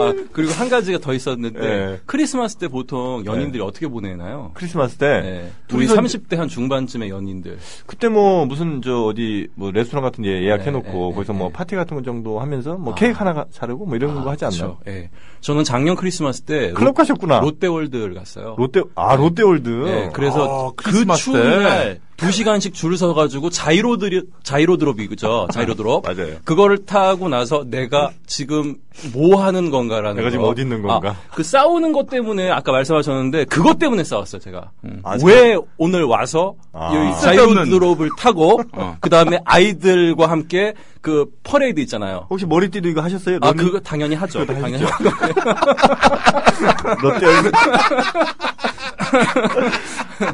[SPEAKER 3] 아, 그리고 한 가지가 더 있었는데
[SPEAKER 1] 네.
[SPEAKER 3] 크리스마스 때 보통 연인들이 어떻게 보내나요?
[SPEAKER 1] 크리스마스 때
[SPEAKER 3] 네. 우리
[SPEAKER 1] 둘이서
[SPEAKER 3] 30대 한 중반쯤의 연인들.
[SPEAKER 1] 그때 뭐 무슨 저 어디 뭐 레스토랑 같은 데 예약해놓고
[SPEAKER 3] 네, 네,
[SPEAKER 1] 거기서
[SPEAKER 3] 네,
[SPEAKER 1] 뭐
[SPEAKER 3] 네.
[SPEAKER 1] 파티 같은 거 정도 하면서 뭐
[SPEAKER 3] 아.
[SPEAKER 1] 케이크 하나 가- 자르고 뭐 이런 거 하지 않나요?
[SPEAKER 3] 그렇죠. 예. 저는 작년 크리스마스 때
[SPEAKER 1] 클럽 가셨구나.
[SPEAKER 3] 롯, 데월드를 갔어요.
[SPEAKER 1] 롯데 아 롯데월드.
[SPEAKER 3] 예, 그래서
[SPEAKER 2] 아,
[SPEAKER 3] 그
[SPEAKER 2] 크리스마스 때.
[SPEAKER 3] 추운 날두 시간씩 줄을 서가지고 자이로드리 자이로드롭이 그죠? 자이로드롭.
[SPEAKER 1] 맞아요.
[SPEAKER 3] 그거를 타고 나서 내가 지금 뭐 하는 건가라는.
[SPEAKER 1] 내가 지금
[SPEAKER 3] 거.
[SPEAKER 1] 어디 있는 건가?
[SPEAKER 3] 아, 그 싸우는 것 때문에 아까 말씀하셨는데 그것 때문에 싸웠어요 제가. 음.
[SPEAKER 1] 아,
[SPEAKER 3] 왜 오늘 와서
[SPEAKER 1] 아.
[SPEAKER 3] 이 자이로드롭을 타고
[SPEAKER 2] 어.
[SPEAKER 3] 그 다음에 아이들과 함께 그 퍼레이드 있잖아요.
[SPEAKER 1] 혹시 머리띠도 이거 하셨어요?
[SPEAKER 3] 아
[SPEAKER 1] 롯데-
[SPEAKER 3] 그거 당연히 하죠.
[SPEAKER 1] 어, 그거 다
[SPEAKER 3] 당연히
[SPEAKER 1] 했죠. <laughs>
[SPEAKER 3] <laughs>
[SPEAKER 1] 롯데월드.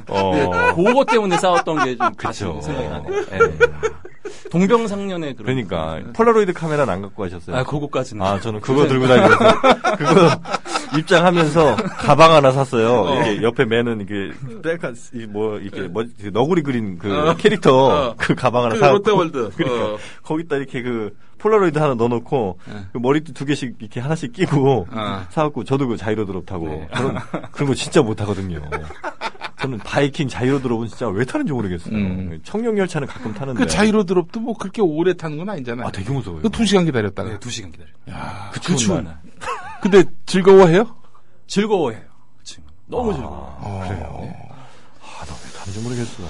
[SPEAKER 1] 어.
[SPEAKER 3] 그거 때문에 싸웠던
[SPEAKER 1] 그쵸.
[SPEAKER 3] 게좀 그렇죠. 네. 생각이 나네요. 예. 동병상련의 그런.
[SPEAKER 1] 그러니까 폴라로이드 카메라는 안 갖고 가셨어요?
[SPEAKER 3] 아, 그거까지는.
[SPEAKER 1] 아, 저는 그거 들고 다니면서 그거 입장하면서 가방 하나 샀어요. 이렇게 옆에 매는 이게 뺄까 뭐 이렇게 뭐 이렇게 너구리 그린 그
[SPEAKER 2] 어.
[SPEAKER 1] 캐릭터
[SPEAKER 2] 어.
[SPEAKER 1] 그 가방 하나
[SPEAKER 2] 그
[SPEAKER 1] 사.
[SPEAKER 2] 롯데월드.
[SPEAKER 1] <laughs> 그러니까
[SPEAKER 2] 어. 네.
[SPEAKER 1] 거기다 이렇게 그 폴라로이드 하나 넣어놓고 그 머리띠 두 개씩 이렇게 하나씩 끼고
[SPEAKER 2] 어. 네.
[SPEAKER 1] 사갖고 저도 그 자이로드롭 타고 저는 그런 거 진짜 못 하거든요. 저는 바이킹 자이로드롭은 진짜 왜 타는지 모르겠어요.
[SPEAKER 2] 음.
[SPEAKER 1] 청룡 열차는 가끔 타는데
[SPEAKER 2] 그 자이로드롭도 뭐 그렇게 오래 타는 건 아니잖아요.
[SPEAKER 1] 네. 아 되게 무서워요.
[SPEAKER 2] 그 두 시간 기다렸다가.
[SPEAKER 3] 네, 두 시간 기다려.
[SPEAKER 1] 그
[SPEAKER 3] 그 추운
[SPEAKER 1] 날.
[SPEAKER 3] 날.
[SPEAKER 2] 근데 즐거워해요?
[SPEAKER 3] 즐거워해요. 지금. 너무 즐거워.
[SPEAKER 1] 아, 그래요. 아, 나왜 다른지 모르겠어.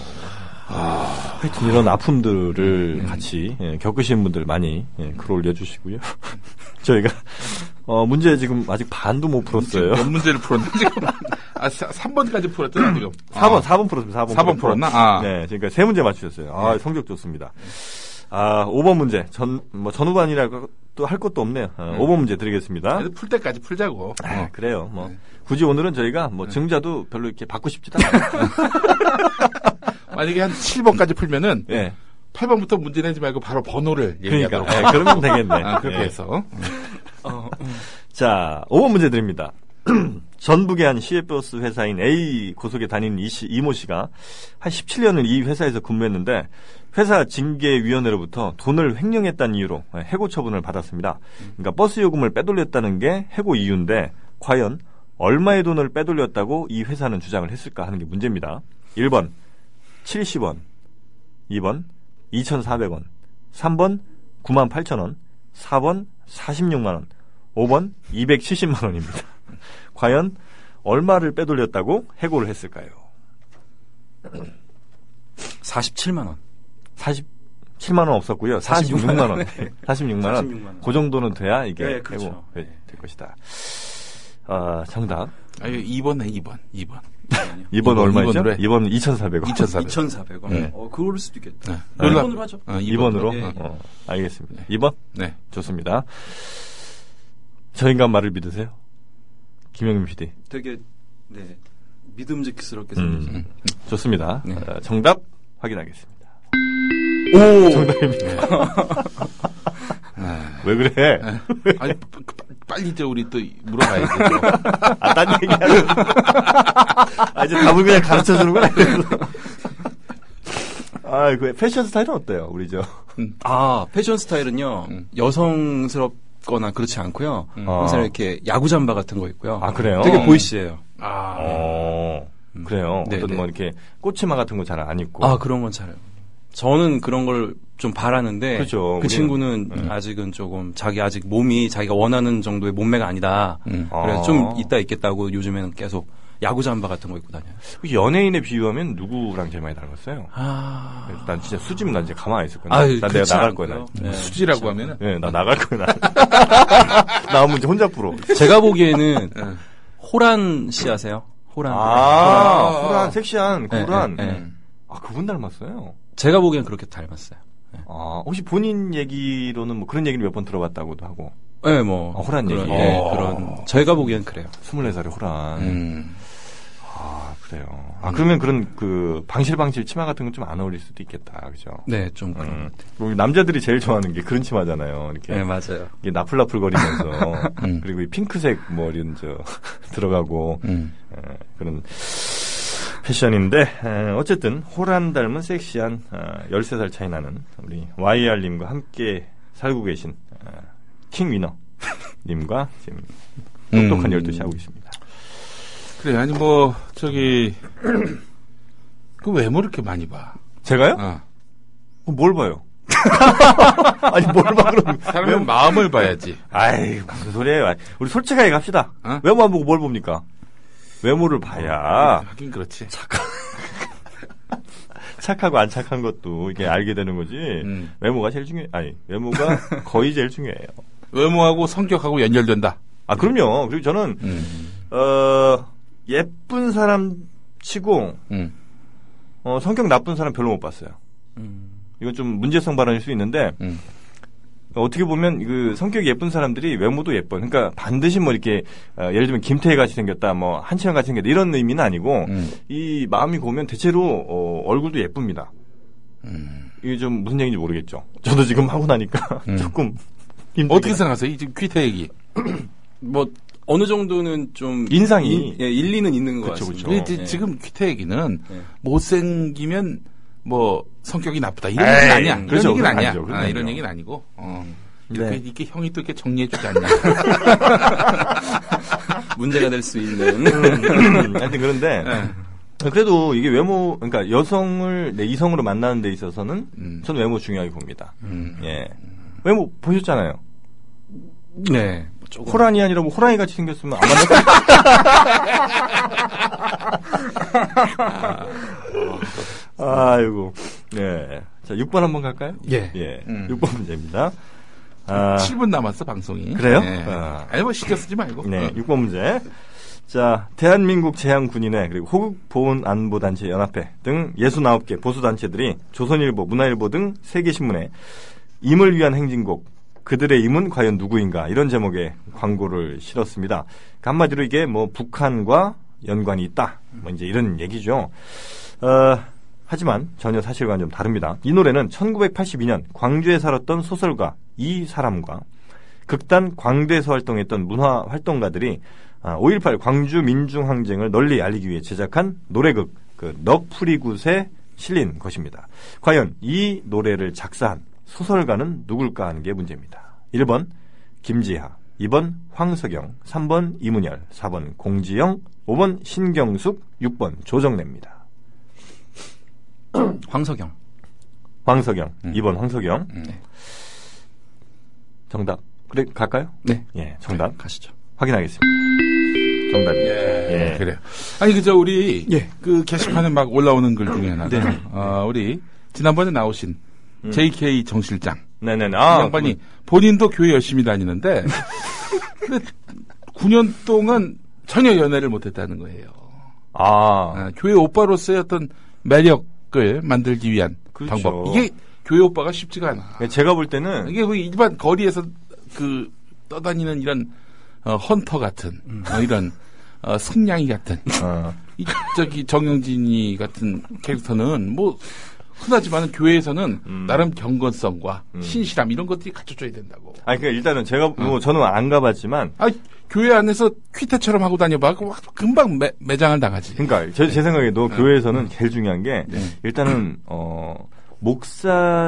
[SPEAKER 1] 아, 하여튼 이런 아픔들을 같이 예, 겪으신 분들 많이 예, 글 올려주시고요. <laughs> 저희가 어, 문제 지금 아직 반도 못 풀었어요.
[SPEAKER 2] 몇 문제를 풀었나, 지금? 아, 3번까지 풀었잖아, 지금.
[SPEAKER 1] 4번, 4번 풀었습니다. 4번,
[SPEAKER 2] 4번 풀었나? 아.
[SPEAKER 1] 네, 그러니까 세 문제 맞추셨어요. 아, 성적 좋습니다. 아, 5번 문제. 전, 뭐, 전후반이라고 또 할 것도 없네요. 네. 어, 5번 문제 드리겠습니다.
[SPEAKER 2] 아, 그래도 풀 때까지 풀자고.
[SPEAKER 1] 아,
[SPEAKER 2] 어.
[SPEAKER 1] 그래요. 뭐 굳이 오늘은 저희가 뭐 증자도 별로 이렇게 받고 싶지도 <laughs> 않아요.
[SPEAKER 2] 만약에 한 7번까지 풀면은
[SPEAKER 1] 예.
[SPEAKER 2] 8번부터 문제 내지 말고 바로 번호를
[SPEAKER 1] 그러니까
[SPEAKER 2] 얘기하도록.
[SPEAKER 1] 예, 그러면 되겠네.
[SPEAKER 2] 아, 그렇게
[SPEAKER 1] 예.
[SPEAKER 2] 해서.
[SPEAKER 1] 자, 5번 문제 드립니다. <clears throat> 전북의 한 CF버스 회사인 A 고속에 다니는 이 씨, 이모 씨가 한 17년을 이 회사에서 근무했는데 회사 징계위원회로부터 돈을 횡령했다는 이유로 예, 해고 처분을 받았습니다. 그러니까 버스 요금을 빼돌렸다는 게 해고 이유인데 과연 얼마의 돈을 빼돌렸다고 이 회사는 주장을 했을까 하는 게 문제입니다. 1번 70원, 2번 2,400원, 3번 98,000원, 4번 46만원, 5번 270만원입니다. <laughs> 과연 얼마를 빼돌렸다고 해고를 했을까요?
[SPEAKER 3] 47만 원.
[SPEAKER 1] 47만원 없었고요. 46만원. 네. 46만원.
[SPEAKER 3] 46만 원.
[SPEAKER 1] 그 정도는 돼야 이게
[SPEAKER 3] 네, 그렇죠.
[SPEAKER 1] 해고 예,
[SPEAKER 3] 네.
[SPEAKER 1] 될 것이다. 아, 정답.
[SPEAKER 2] 아유, 2번 해, 2번. 2번.
[SPEAKER 1] 2번
[SPEAKER 2] 이번,
[SPEAKER 1] 얼마죠?
[SPEAKER 2] 이번으로 해.
[SPEAKER 1] 2번 2,400원.
[SPEAKER 2] 2,400.
[SPEAKER 5] 2,400원.
[SPEAKER 2] 네.
[SPEAKER 5] 어, 그럴 수도 있겠다.
[SPEAKER 2] 네.
[SPEAKER 1] 네.
[SPEAKER 2] 놀라-
[SPEAKER 5] 이번으로 하죠.
[SPEAKER 2] 어,
[SPEAKER 1] 2번으로?
[SPEAKER 5] 예, 예.
[SPEAKER 1] 어, 알겠습니다. 2번?
[SPEAKER 2] 네.
[SPEAKER 1] 좋습니다. 저 인간 말을 믿으세요? 김영민 PD.
[SPEAKER 5] 되게 네. 믿음직스럽게
[SPEAKER 1] 음.
[SPEAKER 5] 생겼어요.
[SPEAKER 1] 좋습니다.
[SPEAKER 3] 네.
[SPEAKER 1] 어, 정답 확인하겠습니다.
[SPEAKER 5] 오!
[SPEAKER 1] <laughs> 왜 그래?
[SPEAKER 2] 아니, 빠- 빠- 빨리 이제 우리 또 물어봐야겠죠.
[SPEAKER 1] 아, 딴 얘기하고. 아, 이제 답을 그냥 가르쳐 주는 거야. <laughs> 아, 그 패션 스타일은 어때요? 우리 저.
[SPEAKER 3] 아, 패션 스타일은요.
[SPEAKER 2] 음.
[SPEAKER 3] 여성스럽거나 그렇지 않고요.
[SPEAKER 2] 음.
[SPEAKER 3] 항상
[SPEAKER 1] 아.
[SPEAKER 3] 이렇게 야구 잠바 같은 거 있고요.
[SPEAKER 1] 아, 그래요?
[SPEAKER 3] 되게 보이시해요.
[SPEAKER 2] 아,
[SPEAKER 1] 어. 그래요.
[SPEAKER 3] 네,
[SPEAKER 1] 어떤
[SPEAKER 3] 네.
[SPEAKER 1] 뭐 이렇게 꼬치마 같은 거 잘 안 입고.
[SPEAKER 3] 아, 그런 건 잘해요. 저는 그런 걸 좀 바라는데
[SPEAKER 1] 그렇죠.
[SPEAKER 3] 그
[SPEAKER 1] 우리는-
[SPEAKER 3] 친구는 아직은 조금 자기 아직 몸이 자기가 원하는 정도의 몸매가 아니다.
[SPEAKER 2] 음.
[SPEAKER 3] 그래서
[SPEAKER 1] 아.
[SPEAKER 3] 좀 있다 있겠다고 요즘에는 계속 야구 잠바 같은 거 입고 다녀요.
[SPEAKER 1] 연예인에 비유하면 누구랑 제일 많이 닮았어요?
[SPEAKER 3] 아,
[SPEAKER 1] 난 진짜 수지면 난 이제 가만히 있을 거야.
[SPEAKER 3] 아유,
[SPEAKER 1] 난 내가
[SPEAKER 3] 그렇지
[SPEAKER 1] 나갈
[SPEAKER 3] 않고요.
[SPEAKER 1] 거야. 난.
[SPEAKER 3] 네.
[SPEAKER 2] 수지라고 하면은.
[SPEAKER 1] 예, 나 나갈 거야. 나. <laughs> 나오면 이제 혼자 풀어.
[SPEAKER 3] 제가 <laughs> 보기에는 호란 씨 아세요? 호란.
[SPEAKER 1] 아,
[SPEAKER 2] 호란.
[SPEAKER 1] 호란, 섹시한
[SPEAKER 3] 네,
[SPEAKER 1] 호란.
[SPEAKER 3] 네, 네.
[SPEAKER 1] 아, 그분 닮았어요.
[SPEAKER 3] 제가 보기엔 그렇게 닮았어요.
[SPEAKER 1] 아, 혹시 본인 얘기로는 뭐 그런 얘기를 몇 번 들어봤다고도 하고.
[SPEAKER 3] 네, 뭐
[SPEAKER 1] 아, 호란
[SPEAKER 3] 그런,
[SPEAKER 1] 얘기.
[SPEAKER 3] 예,
[SPEAKER 1] 어.
[SPEAKER 3] 그런 제가 보기엔 그래요.
[SPEAKER 1] 24살의 호란.
[SPEAKER 2] 음.
[SPEAKER 1] 아, 그래요. 아, 그러면 그런 그 방실방실 치마 같은 건 좀 안 어울릴 수도 있겠다. 그죠?
[SPEAKER 3] 네, 좀 그런.
[SPEAKER 1] 음. 우리 남자들이 제일 좋아하는 게 그런 치마잖아요. 이렇게.
[SPEAKER 3] 네, 맞아요.
[SPEAKER 1] 이게
[SPEAKER 3] <laughs>
[SPEAKER 1] 나풀나풀거리면서.
[SPEAKER 2] 음.
[SPEAKER 1] 그리고 이 핑크색 뭐 이런 저 <laughs> 들어가고.
[SPEAKER 2] 음.
[SPEAKER 1] 에, 그런 패션인데 에, 어쨌든 호란 닮은 섹시한 어, 13살 차이 나는 우리 YR님과 함께 살고 계신 어, <laughs> 킹위너님과 지금 똑똑한
[SPEAKER 2] 음.
[SPEAKER 1] 12시 하고 계십니다.
[SPEAKER 2] 그래, 아니, 뭐, 저기. 그 외모 이렇게 많이 봐.
[SPEAKER 1] 제가요?
[SPEAKER 2] 어.
[SPEAKER 1] 어, 뭘 봐요? <laughs> 아니 뭘 봐 그럼
[SPEAKER 2] 사람의 마음을 봐야지.
[SPEAKER 1] 아이 무슨 소리예요? 아이, 우리 솔직하게 갑시다.
[SPEAKER 2] 어?
[SPEAKER 1] 외모 안 보고 뭘 봅니까? 외모를 봐야
[SPEAKER 2] 하긴 그렇지.
[SPEAKER 1] 착하고 안 착한 것도 이게 알게 되는 거지.
[SPEAKER 2] 음.
[SPEAKER 1] 외모가 제일 중요 아니 외모가 거의 제일 중요해요.
[SPEAKER 2] 외모하고 성격하고 연결된다.
[SPEAKER 1] 아, 그럼요. 그리고 저는,
[SPEAKER 2] 음.
[SPEAKER 1] 어, 예쁜 사람 치고,
[SPEAKER 2] 음.
[SPEAKER 1] 어, 성격 나쁜 사람 별로 못 봤어요.
[SPEAKER 3] 음.
[SPEAKER 1] 이건 좀 문제성 발언일 수 있는데,
[SPEAKER 2] 음.
[SPEAKER 1] 어떻게 보면 그 성격이 예쁜 사람들이 외모도 예뻐. 그러니까 반드시 뭐 이렇게, 어, 예를 들면 김태희 같이 생겼다, 뭐 한채영 같이 생겼다, 이런 의미는 아니고,
[SPEAKER 2] 음.
[SPEAKER 1] 이 마음이 고면 대체로, 어, 얼굴도 예쁩니다.
[SPEAKER 2] 음.
[SPEAKER 1] 이게 좀 무슨 얘기인지 모르겠죠. 저도 지금 하고 나니까
[SPEAKER 2] 음.
[SPEAKER 1] <laughs> 조금 힘들긴
[SPEAKER 2] 어떻게
[SPEAKER 1] 하-
[SPEAKER 2] 생각하세요? 이 지금 퀴테 얘기.
[SPEAKER 3] 뭐 어느 정도는 좀
[SPEAKER 1] 인상이.
[SPEAKER 3] 일- 예, 일리는 있는 것
[SPEAKER 1] 그쵸, 그쵸.
[SPEAKER 3] 같습니다.
[SPEAKER 2] 근데 이제
[SPEAKER 3] 예.
[SPEAKER 2] 지금 퀴테 얘기는
[SPEAKER 3] 예.
[SPEAKER 2] 못생기면 뭐 성격이 나쁘다 이런
[SPEAKER 1] 에이,
[SPEAKER 2] 얘기는 아니야. 그런
[SPEAKER 1] 그렇죠.
[SPEAKER 2] 얘기는
[SPEAKER 1] 그건
[SPEAKER 2] 아니야.
[SPEAKER 1] 아니죠. 그건
[SPEAKER 2] 아,
[SPEAKER 1] 아니죠.
[SPEAKER 2] 이런 얘기는 아니고. 어.
[SPEAKER 1] 네.
[SPEAKER 2] 이렇게, 이렇게 형이 또 이렇게
[SPEAKER 1] <laughs>
[SPEAKER 2] 정리해주지 않냐.
[SPEAKER 3] 문제가 될 수 있는
[SPEAKER 1] 하여튼 그런데 그래도 이게 외모 그러니까 여성을 내 이성으로 만나는 데 있어서는
[SPEAKER 2] 음.
[SPEAKER 1] 저는 외모 중요하게 봅니다.
[SPEAKER 2] 음.
[SPEAKER 1] 예. 외모 보셨잖아요.
[SPEAKER 3] 네. 조금
[SPEAKER 1] 호랑이 아니라 뭐 호랑이 같이 생겼으면 안 만날 거 아이고. 예. 자, 6번 한번 갈까요?
[SPEAKER 3] 예.
[SPEAKER 1] 예.
[SPEAKER 2] 음.
[SPEAKER 1] 6번 문제입니다. 아,
[SPEAKER 2] 7분 남았어 방송이.
[SPEAKER 1] 그래요?
[SPEAKER 2] 예.
[SPEAKER 1] 아.
[SPEAKER 2] 아니 뭐 신경 쓰지 말고.
[SPEAKER 1] 네,
[SPEAKER 2] 어.
[SPEAKER 1] 6번 문제. 자, 대한민국 재향군인회 그리고 호국보훈안보단체 연합회 등 69개 보수단체들이 조선일보, 문화일보 등 세개 신문에 임을 위한 행진곡 그들의 임은 과연 누구인가 이런 제목의 광고를 실었습니다. 그러니까 한마디로 이게 뭐 북한과 연관이 있다. 뭐 이제 이런 얘기죠. 어, 하지만 전혀 사실과는 좀 다릅니다. 이 노래는 1982년 광주에 살았던 소설가 이 사람과 극단 광대에서 활동했던 문화 활동가들이 아, 5.18 광주 민중 항쟁을 널리 알리기 위해 제작한 노래극 그 넋풀이굿에 실린 것입니다. 과연 이 노래를 작사한 소설가는 누굴까 하는 게 문제입니다. 1번 김지하, 2번 황석영, 3번 이문열, 4번 공지영, 5번 신경숙, 6번 조정래입니다.
[SPEAKER 3] <laughs> 황석영.
[SPEAKER 1] 황석영,
[SPEAKER 2] 음.
[SPEAKER 1] 2번 황석영.
[SPEAKER 2] 음.
[SPEAKER 1] 정답. 그래 갈까요?
[SPEAKER 3] 네.
[SPEAKER 1] 예, 정답
[SPEAKER 3] 가시죠.
[SPEAKER 1] 확인하겠습니다. 정답입니다.
[SPEAKER 2] 예,
[SPEAKER 1] 예.
[SPEAKER 2] 그래요. 아니 그저 우리
[SPEAKER 1] 예. 네.
[SPEAKER 2] 그 게시판에 막 올라오는 글 중에 하나. 가 우리 지난번에 나오신 JK 정실장
[SPEAKER 1] 네네네.
[SPEAKER 2] 이
[SPEAKER 1] 음. 아,
[SPEAKER 2] 양반이 본인도 교회 열심히 다니는데 근데 9년 동안 전혀 연애를 못했다는 거예요.
[SPEAKER 1] 아,
[SPEAKER 2] 아, 교회 오빠로서의 어떤 매력을 만들기 위한
[SPEAKER 1] 그렇죠. 음.
[SPEAKER 2] 방법. 이게 교회 오빠가 쉽지가 않아.
[SPEAKER 1] 예. 제가 볼 때는
[SPEAKER 2] 이게 그 일반 거리에서 그 떠다니는 이런 어, 헌터 같은 어, 이런 어, 승냥이 같은
[SPEAKER 1] 어,
[SPEAKER 2] 이, 저기 정영진이 같은 캐릭터는 뭐 흔하지만은 교회에서는
[SPEAKER 1] 음.
[SPEAKER 2] 나름 경건성과
[SPEAKER 1] 음.
[SPEAKER 2] 신실함 이런 것들이 갖춰져야 된다고.
[SPEAKER 1] 아니 그 일단은 제가 뭐 저는 안 가봤지만
[SPEAKER 2] 아 교회 안에서 퀴테처럼 하고 다녀봐. 그럼 확 금방 매, 매장을 당하지.
[SPEAKER 1] 그러니까 제, 제 생각에도 교회에서는 제일 중요한 게 일단은 어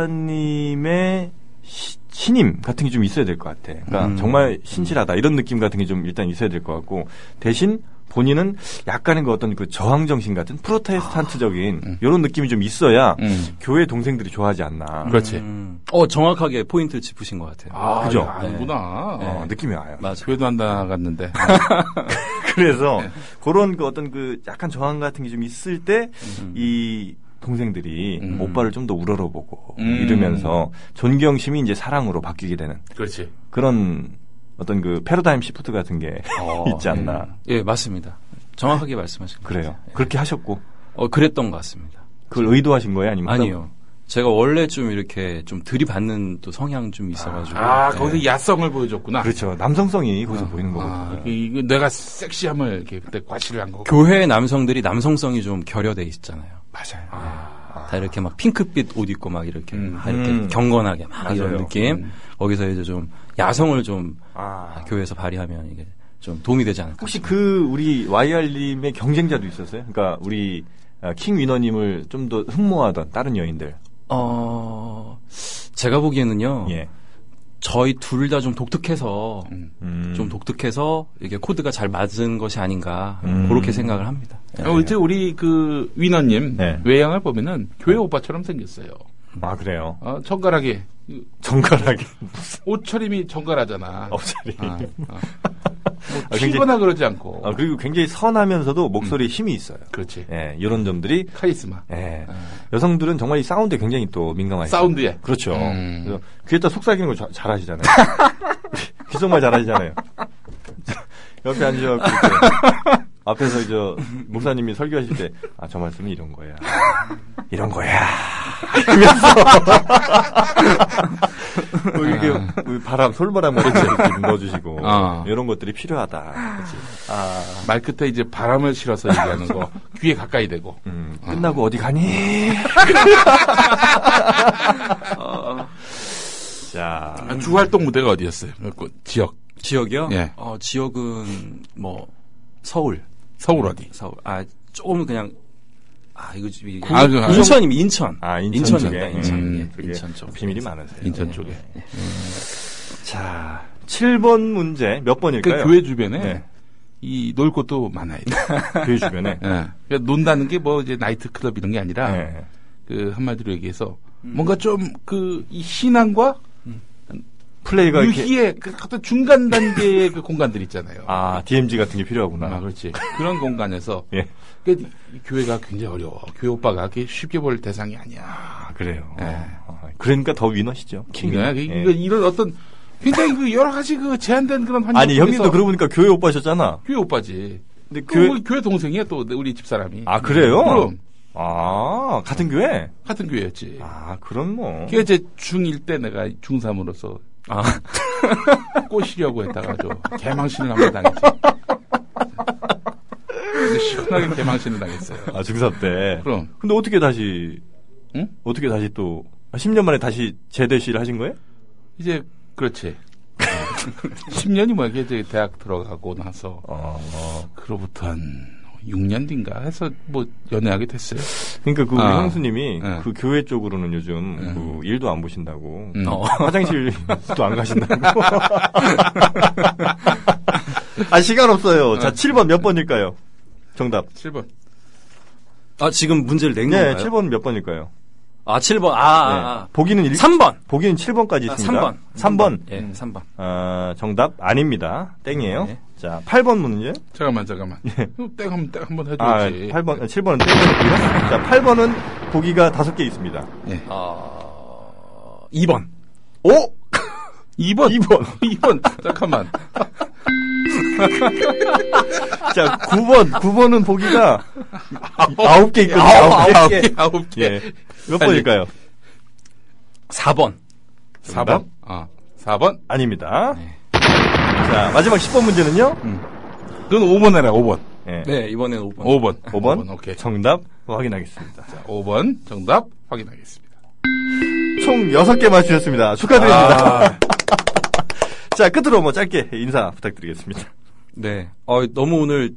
[SPEAKER 1] 목사님의 시- 신임 같은 게 좀 있어야 될 것 같아. 그러니까
[SPEAKER 3] 음.
[SPEAKER 1] 정말 신실하다 이런 느낌 같은 게 좀 일단 있어야 될 것 같고 대신 본인은 약간의 그 어떤 그 저항 정신 같은 프로테스탄트적인 이런 느낌이 좀 있어야
[SPEAKER 2] 음. 그렇죠.
[SPEAKER 1] 교회 동생들이 좋아하지 않나.
[SPEAKER 2] 그렇지.
[SPEAKER 3] 음. 어, 정확하게 포인트를 짚으신 것 같아요.
[SPEAKER 2] 아,
[SPEAKER 1] 그죠?
[SPEAKER 2] 이거 아니구나.
[SPEAKER 1] 어, 느낌이 와요.
[SPEAKER 3] 맞아.
[SPEAKER 2] 교회도 안 나갔는데.
[SPEAKER 1] <laughs> 그래서 그런 그 어떤 그 약간 저항 같은 게 좀 있을 때 이 동생들이
[SPEAKER 2] 음.
[SPEAKER 1] 오빠를 좀 더 우러러보고
[SPEAKER 2] 음.
[SPEAKER 1] 이러면서 존경심이 이제 사랑으로 바뀌게 되는
[SPEAKER 2] 그렇지.
[SPEAKER 1] 그런 어떤 그 패러다임 시프트 같은 게 <laughs> 있지 않나
[SPEAKER 3] 예, 맞습니다. 정확하게 말씀하신 것
[SPEAKER 1] 그래요.
[SPEAKER 3] 같아요.
[SPEAKER 1] 그렇게 하셨고
[SPEAKER 3] 어, 그랬던 것 같습니다.
[SPEAKER 1] 그걸 의도하신 거예요, 아니면
[SPEAKER 3] 아니요. 제가 원래 좀 이렇게 좀 들이받는 또 성향 좀 있어가지고.
[SPEAKER 2] 아,
[SPEAKER 3] 예.
[SPEAKER 2] 거기서 야성을 보여줬구나.
[SPEAKER 1] 네. 그렇죠. 뭐. 남성성이 거기서 보이는 거거든요.
[SPEAKER 2] 아, 이, 거 내가 섹시함을 이렇게 그때 과시를 한 거고.
[SPEAKER 3] 교회 남성들이 남성성이 좀 결여돼 있잖아요.
[SPEAKER 1] 맞아요.
[SPEAKER 3] 다 이렇게 막 핑크빛 옷 입고 막 이렇게
[SPEAKER 2] 음.
[SPEAKER 3] 다 이렇게
[SPEAKER 1] 음.
[SPEAKER 3] 경건하게 막 이런
[SPEAKER 1] 맞아요. 음.
[SPEAKER 3] 느낌. 거기서 이제 좀 야성을 좀
[SPEAKER 1] 아.
[SPEAKER 3] 교회에서 발휘하면 이게 좀 도움이 되지 않을까.
[SPEAKER 1] 혹시 그 우리 YR님의 경쟁자도 있었어요? 그러니까 우리 아, 킹 위너님을 좀 더 흠모하던 다른 여인들.
[SPEAKER 3] 어 제가 보기에는요.
[SPEAKER 1] 예.
[SPEAKER 3] 저희 둘 다 좀 독특해서
[SPEAKER 1] 음.
[SPEAKER 3] 좀 독특해서 이게 코드가 잘 맞은 것이 아닌가
[SPEAKER 1] 음.
[SPEAKER 3] 그렇게 생각을 합니다. 예.
[SPEAKER 2] 어, 이제 우리 그 위너님
[SPEAKER 1] 네.
[SPEAKER 2] 외양을 보면은 교회 오빠처럼 생겼어요.
[SPEAKER 1] 아 그래요.
[SPEAKER 2] 어, 정갈하게 이
[SPEAKER 1] 정갈하게 <laughs>
[SPEAKER 2] 옷차림이 정갈하잖아.
[SPEAKER 1] 업자리.
[SPEAKER 2] 아,
[SPEAKER 1] 아,
[SPEAKER 2] 아.
[SPEAKER 1] 아,
[SPEAKER 2] 튀거나 그러지 않고.
[SPEAKER 1] 그리고 굉장히 선하면서도 목소리에
[SPEAKER 2] 음.
[SPEAKER 1] 힘이 있어요.
[SPEAKER 2] 그렇지.
[SPEAKER 1] 예, 이런 점들이
[SPEAKER 2] 카리스마.
[SPEAKER 1] 예,
[SPEAKER 2] 아.
[SPEAKER 1] 여성들은 정말 이 사운드에 굉장히 또 민감하죠.
[SPEAKER 2] 사운드에.
[SPEAKER 1] 그렇죠.
[SPEAKER 2] 음.
[SPEAKER 1] 그래서 귀에다 속삭이는 걸 자- 잘하시잖아요. <laughs> 귀속말 잘하시잖아요. <laughs> 옆에 앉아갖고 이렇게 앞에서 저 목사님이 설교하실 때, 아, 저 말씀은 이런 거야. 이런 거야. <laughs> 이러면서. 이렇게 그 바람, 솔바람을 <laughs> 이렇게 넣어주시고.
[SPEAKER 2] 아.
[SPEAKER 1] 이런 것들이 필요하다. 그치?
[SPEAKER 2] 말 끝에 이제 바람을 실어서 얘기하는
[SPEAKER 1] <laughs>
[SPEAKER 2] 거 귀에 가까이 대고
[SPEAKER 1] 음, 끝나고 어디 <laughs> 가니? 어. 자,
[SPEAKER 2] 아, 주 활동 무대가 어디였어요? 그 지역
[SPEAKER 3] 지역이요?
[SPEAKER 2] 예.
[SPEAKER 3] 어, 지역은 뭐 서울,
[SPEAKER 2] 서울 어디?
[SPEAKER 3] 서울. 아 조금 그냥 아 이거 좀 이게
[SPEAKER 2] 아, 그, 아,
[SPEAKER 3] 인천이면 인천.
[SPEAKER 1] 아, 인천
[SPEAKER 3] 인천이었다,
[SPEAKER 1] 쪽에.
[SPEAKER 3] 인천.
[SPEAKER 2] 음,
[SPEAKER 3] 예,
[SPEAKER 1] 그게
[SPEAKER 3] 인천 쪽.
[SPEAKER 1] 비밀이 많으세요. 예.
[SPEAKER 2] 인천 쪽에
[SPEAKER 1] 자, 7번 문제 몇
[SPEAKER 2] 그
[SPEAKER 1] 번일까요?
[SPEAKER 2] 교회 주변에
[SPEAKER 1] 네.
[SPEAKER 2] 이 놀 곳도
[SPEAKER 1] <laughs>
[SPEAKER 2] 많아요.
[SPEAKER 1] 교회
[SPEAKER 2] <laughs>
[SPEAKER 1] 주변에.
[SPEAKER 2] 예. 그러니까 논다는 게 뭐 이제 나이트 클럽 이런 게 아니라
[SPEAKER 1] 네. 음.
[SPEAKER 2] 그 한마디로 얘기해서 뭔가 좀 그 이 신앙과
[SPEAKER 1] 그러니까 플레이가 이렇게
[SPEAKER 2] 유희의 그 어떤 중간 단계의 그 공간들 있잖아요.
[SPEAKER 1] 아, DMZ 같은 게
[SPEAKER 2] 아,
[SPEAKER 1] 필요하구나.
[SPEAKER 2] 그렇지. 그런 공간에서
[SPEAKER 1] 음. <laughs> 예.
[SPEAKER 2] 그 교회가 굉장히 어려워. 교회 오빠가 그렇게 쉽게 볼 대상이 아니야.
[SPEAKER 1] 아, 그래요.
[SPEAKER 2] 예.
[SPEAKER 1] 아, 그러니까 더 위너시죠. 예. 킹
[SPEAKER 2] 그러니까
[SPEAKER 1] 위너.
[SPEAKER 2] 이거 이런 어떤 굉장히 그 여러 가지 그 제한된 그런 환경
[SPEAKER 1] 아니, 형님도
[SPEAKER 2] 속에서
[SPEAKER 1] 그러고 보니까 교회 오빠셨잖아.
[SPEAKER 2] 교회 오빠지.
[SPEAKER 1] 근데
[SPEAKER 2] 그 교회,
[SPEAKER 1] 교회
[SPEAKER 2] 교회 동생이야 또 우리 집 사람이.
[SPEAKER 1] 아, 그래요?
[SPEAKER 2] 그럼
[SPEAKER 1] 아, 같은 교회?
[SPEAKER 2] 같은 교회였지.
[SPEAKER 1] 아, 그럼 뭐.
[SPEAKER 2] 그게 이제 중1 때 내가 중3으로서
[SPEAKER 3] 아,
[SPEAKER 2] <laughs> 꼬시려고 했다가 저 개망신을 한
[SPEAKER 1] <laughs>
[SPEAKER 2] 번 당했지. 근데 시원하게 개망신을 당했어요.
[SPEAKER 1] 아, 중사 때.
[SPEAKER 2] 그럼
[SPEAKER 1] 근데 어떻게 다시
[SPEAKER 2] 응?
[SPEAKER 1] 어떻게 다시 또 10년 만에 다시 재대시를 하신 거예요?
[SPEAKER 2] 이제 그렇지. <laughs> 10년이 뭐야, 그게 이제 대학 들어가고 나서.
[SPEAKER 1] 어, 어.
[SPEAKER 2] 그로부터 한 6년 뒤인가 해서 뭐 연애하게 됐어요.
[SPEAKER 1] 그러니까 그 우리
[SPEAKER 2] 아.
[SPEAKER 1] 형수님이
[SPEAKER 2] 네.
[SPEAKER 1] 그 교회 쪽으로는 요즘
[SPEAKER 2] 네.
[SPEAKER 1] 그 일도 안 보신다고
[SPEAKER 2] 음.
[SPEAKER 3] 어.
[SPEAKER 1] 화장실도 안 가신다고. 아 시간 없어요. 자, 7번 몇 번일까요? 정답.
[SPEAKER 2] 7번.
[SPEAKER 3] 아, 지금 문제를 낸
[SPEAKER 1] 네,
[SPEAKER 3] 건가요?
[SPEAKER 1] 7번 몇 번일까요?
[SPEAKER 3] 아, 7번. 아,
[SPEAKER 1] 네.
[SPEAKER 3] 아,
[SPEAKER 1] 보기는
[SPEAKER 3] 아.
[SPEAKER 1] 일
[SPEAKER 3] 3번.
[SPEAKER 1] 보기는 7번까지 있습니다.
[SPEAKER 3] 아, 3번.
[SPEAKER 1] 3번.
[SPEAKER 3] 예, 3번.
[SPEAKER 1] 아, 정답 아닙니다. 땡이에요.
[SPEAKER 3] 네.
[SPEAKER 1] 자, 8번 문제.
[SPEAKER 2] 잠깐만, 잠깐만. 땡 한번, 땡 한번
[SPEAKER 1] 아,
[SPEAKER 2] 해줘야지.
[SPEAKER 1] 8번, 7번은 땡이고요. 자, 8번은 보기가 5개 있습니다.
[SPEAKER 2] 예.
[SPEAKER 3] 아, 2번.
[SPEAKER 1] 오!
[SPEAKER 2] 2번. <laughs> 2번. 2번. 잠깐만.
[SPEAKER 1] 자, 9번. 9번은 보기가 9개 있거든요. 9개.
[SPEAKER 2] 아홉 개.
[SPEAKER 1] 예. 몇
[SPEAKER 2] 아니.
[SPEAKER 1] 번일까요?
[SPEAKER 3] 4번.
[SPEAKER 2] 4번? 아, 4번?
[SPEAKER 1] 아닙니다. 자, 마지막 10번 문제는요?
[SPEAKER 2] 음. 그건 5번 해라, 5번.
[SPEAKER 1] 예.
[SPEAKER 3] 네, 이번엔 5번.
[SPEAKER 2] 5번.
[SPEAKER 1] 5번,
[SPEAKER 2] 오케이.
[SPEAKER 1] 정답 확인하겠습니다.
[SPEAKER 2] 자, 5번 정답 확인하겠습니다.
[SPEAKER 1] 총 6개 맞추셨습니다. 축하드립니다.
[SPEAKER 2] 아.
[SPEAKER 1] <laughs> 자, 끝으로 뭐 짧게 인사 부탁드리겠습니다.
[SPEAKER 3] 네. 어, 너무 오늘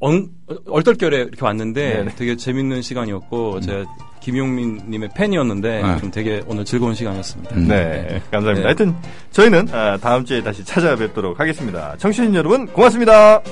[SPEAKER 3] 엉, 얼떨결에 이렇게 왔는데
[SPEAKER 1] 네네.
[SPEAKER 3] 되게 재밌는 시간이었고 제가 김용민님의 팬이었는데
[SPEAKER 2] 네.
[SPEAKER 3] 좀 되게 오늘 즐거운 시간이었습니다.
[SPEAKER 2] 음.
[SPEAKER 1] 네, 감사합니다.
[SPEAKER 3] 네.
[SPEAKER 1] 하여튼 저희는 아, 다음 주에 다시 찾아뵙도록 하겠습니다. 청취진 여러분 고맙습니다.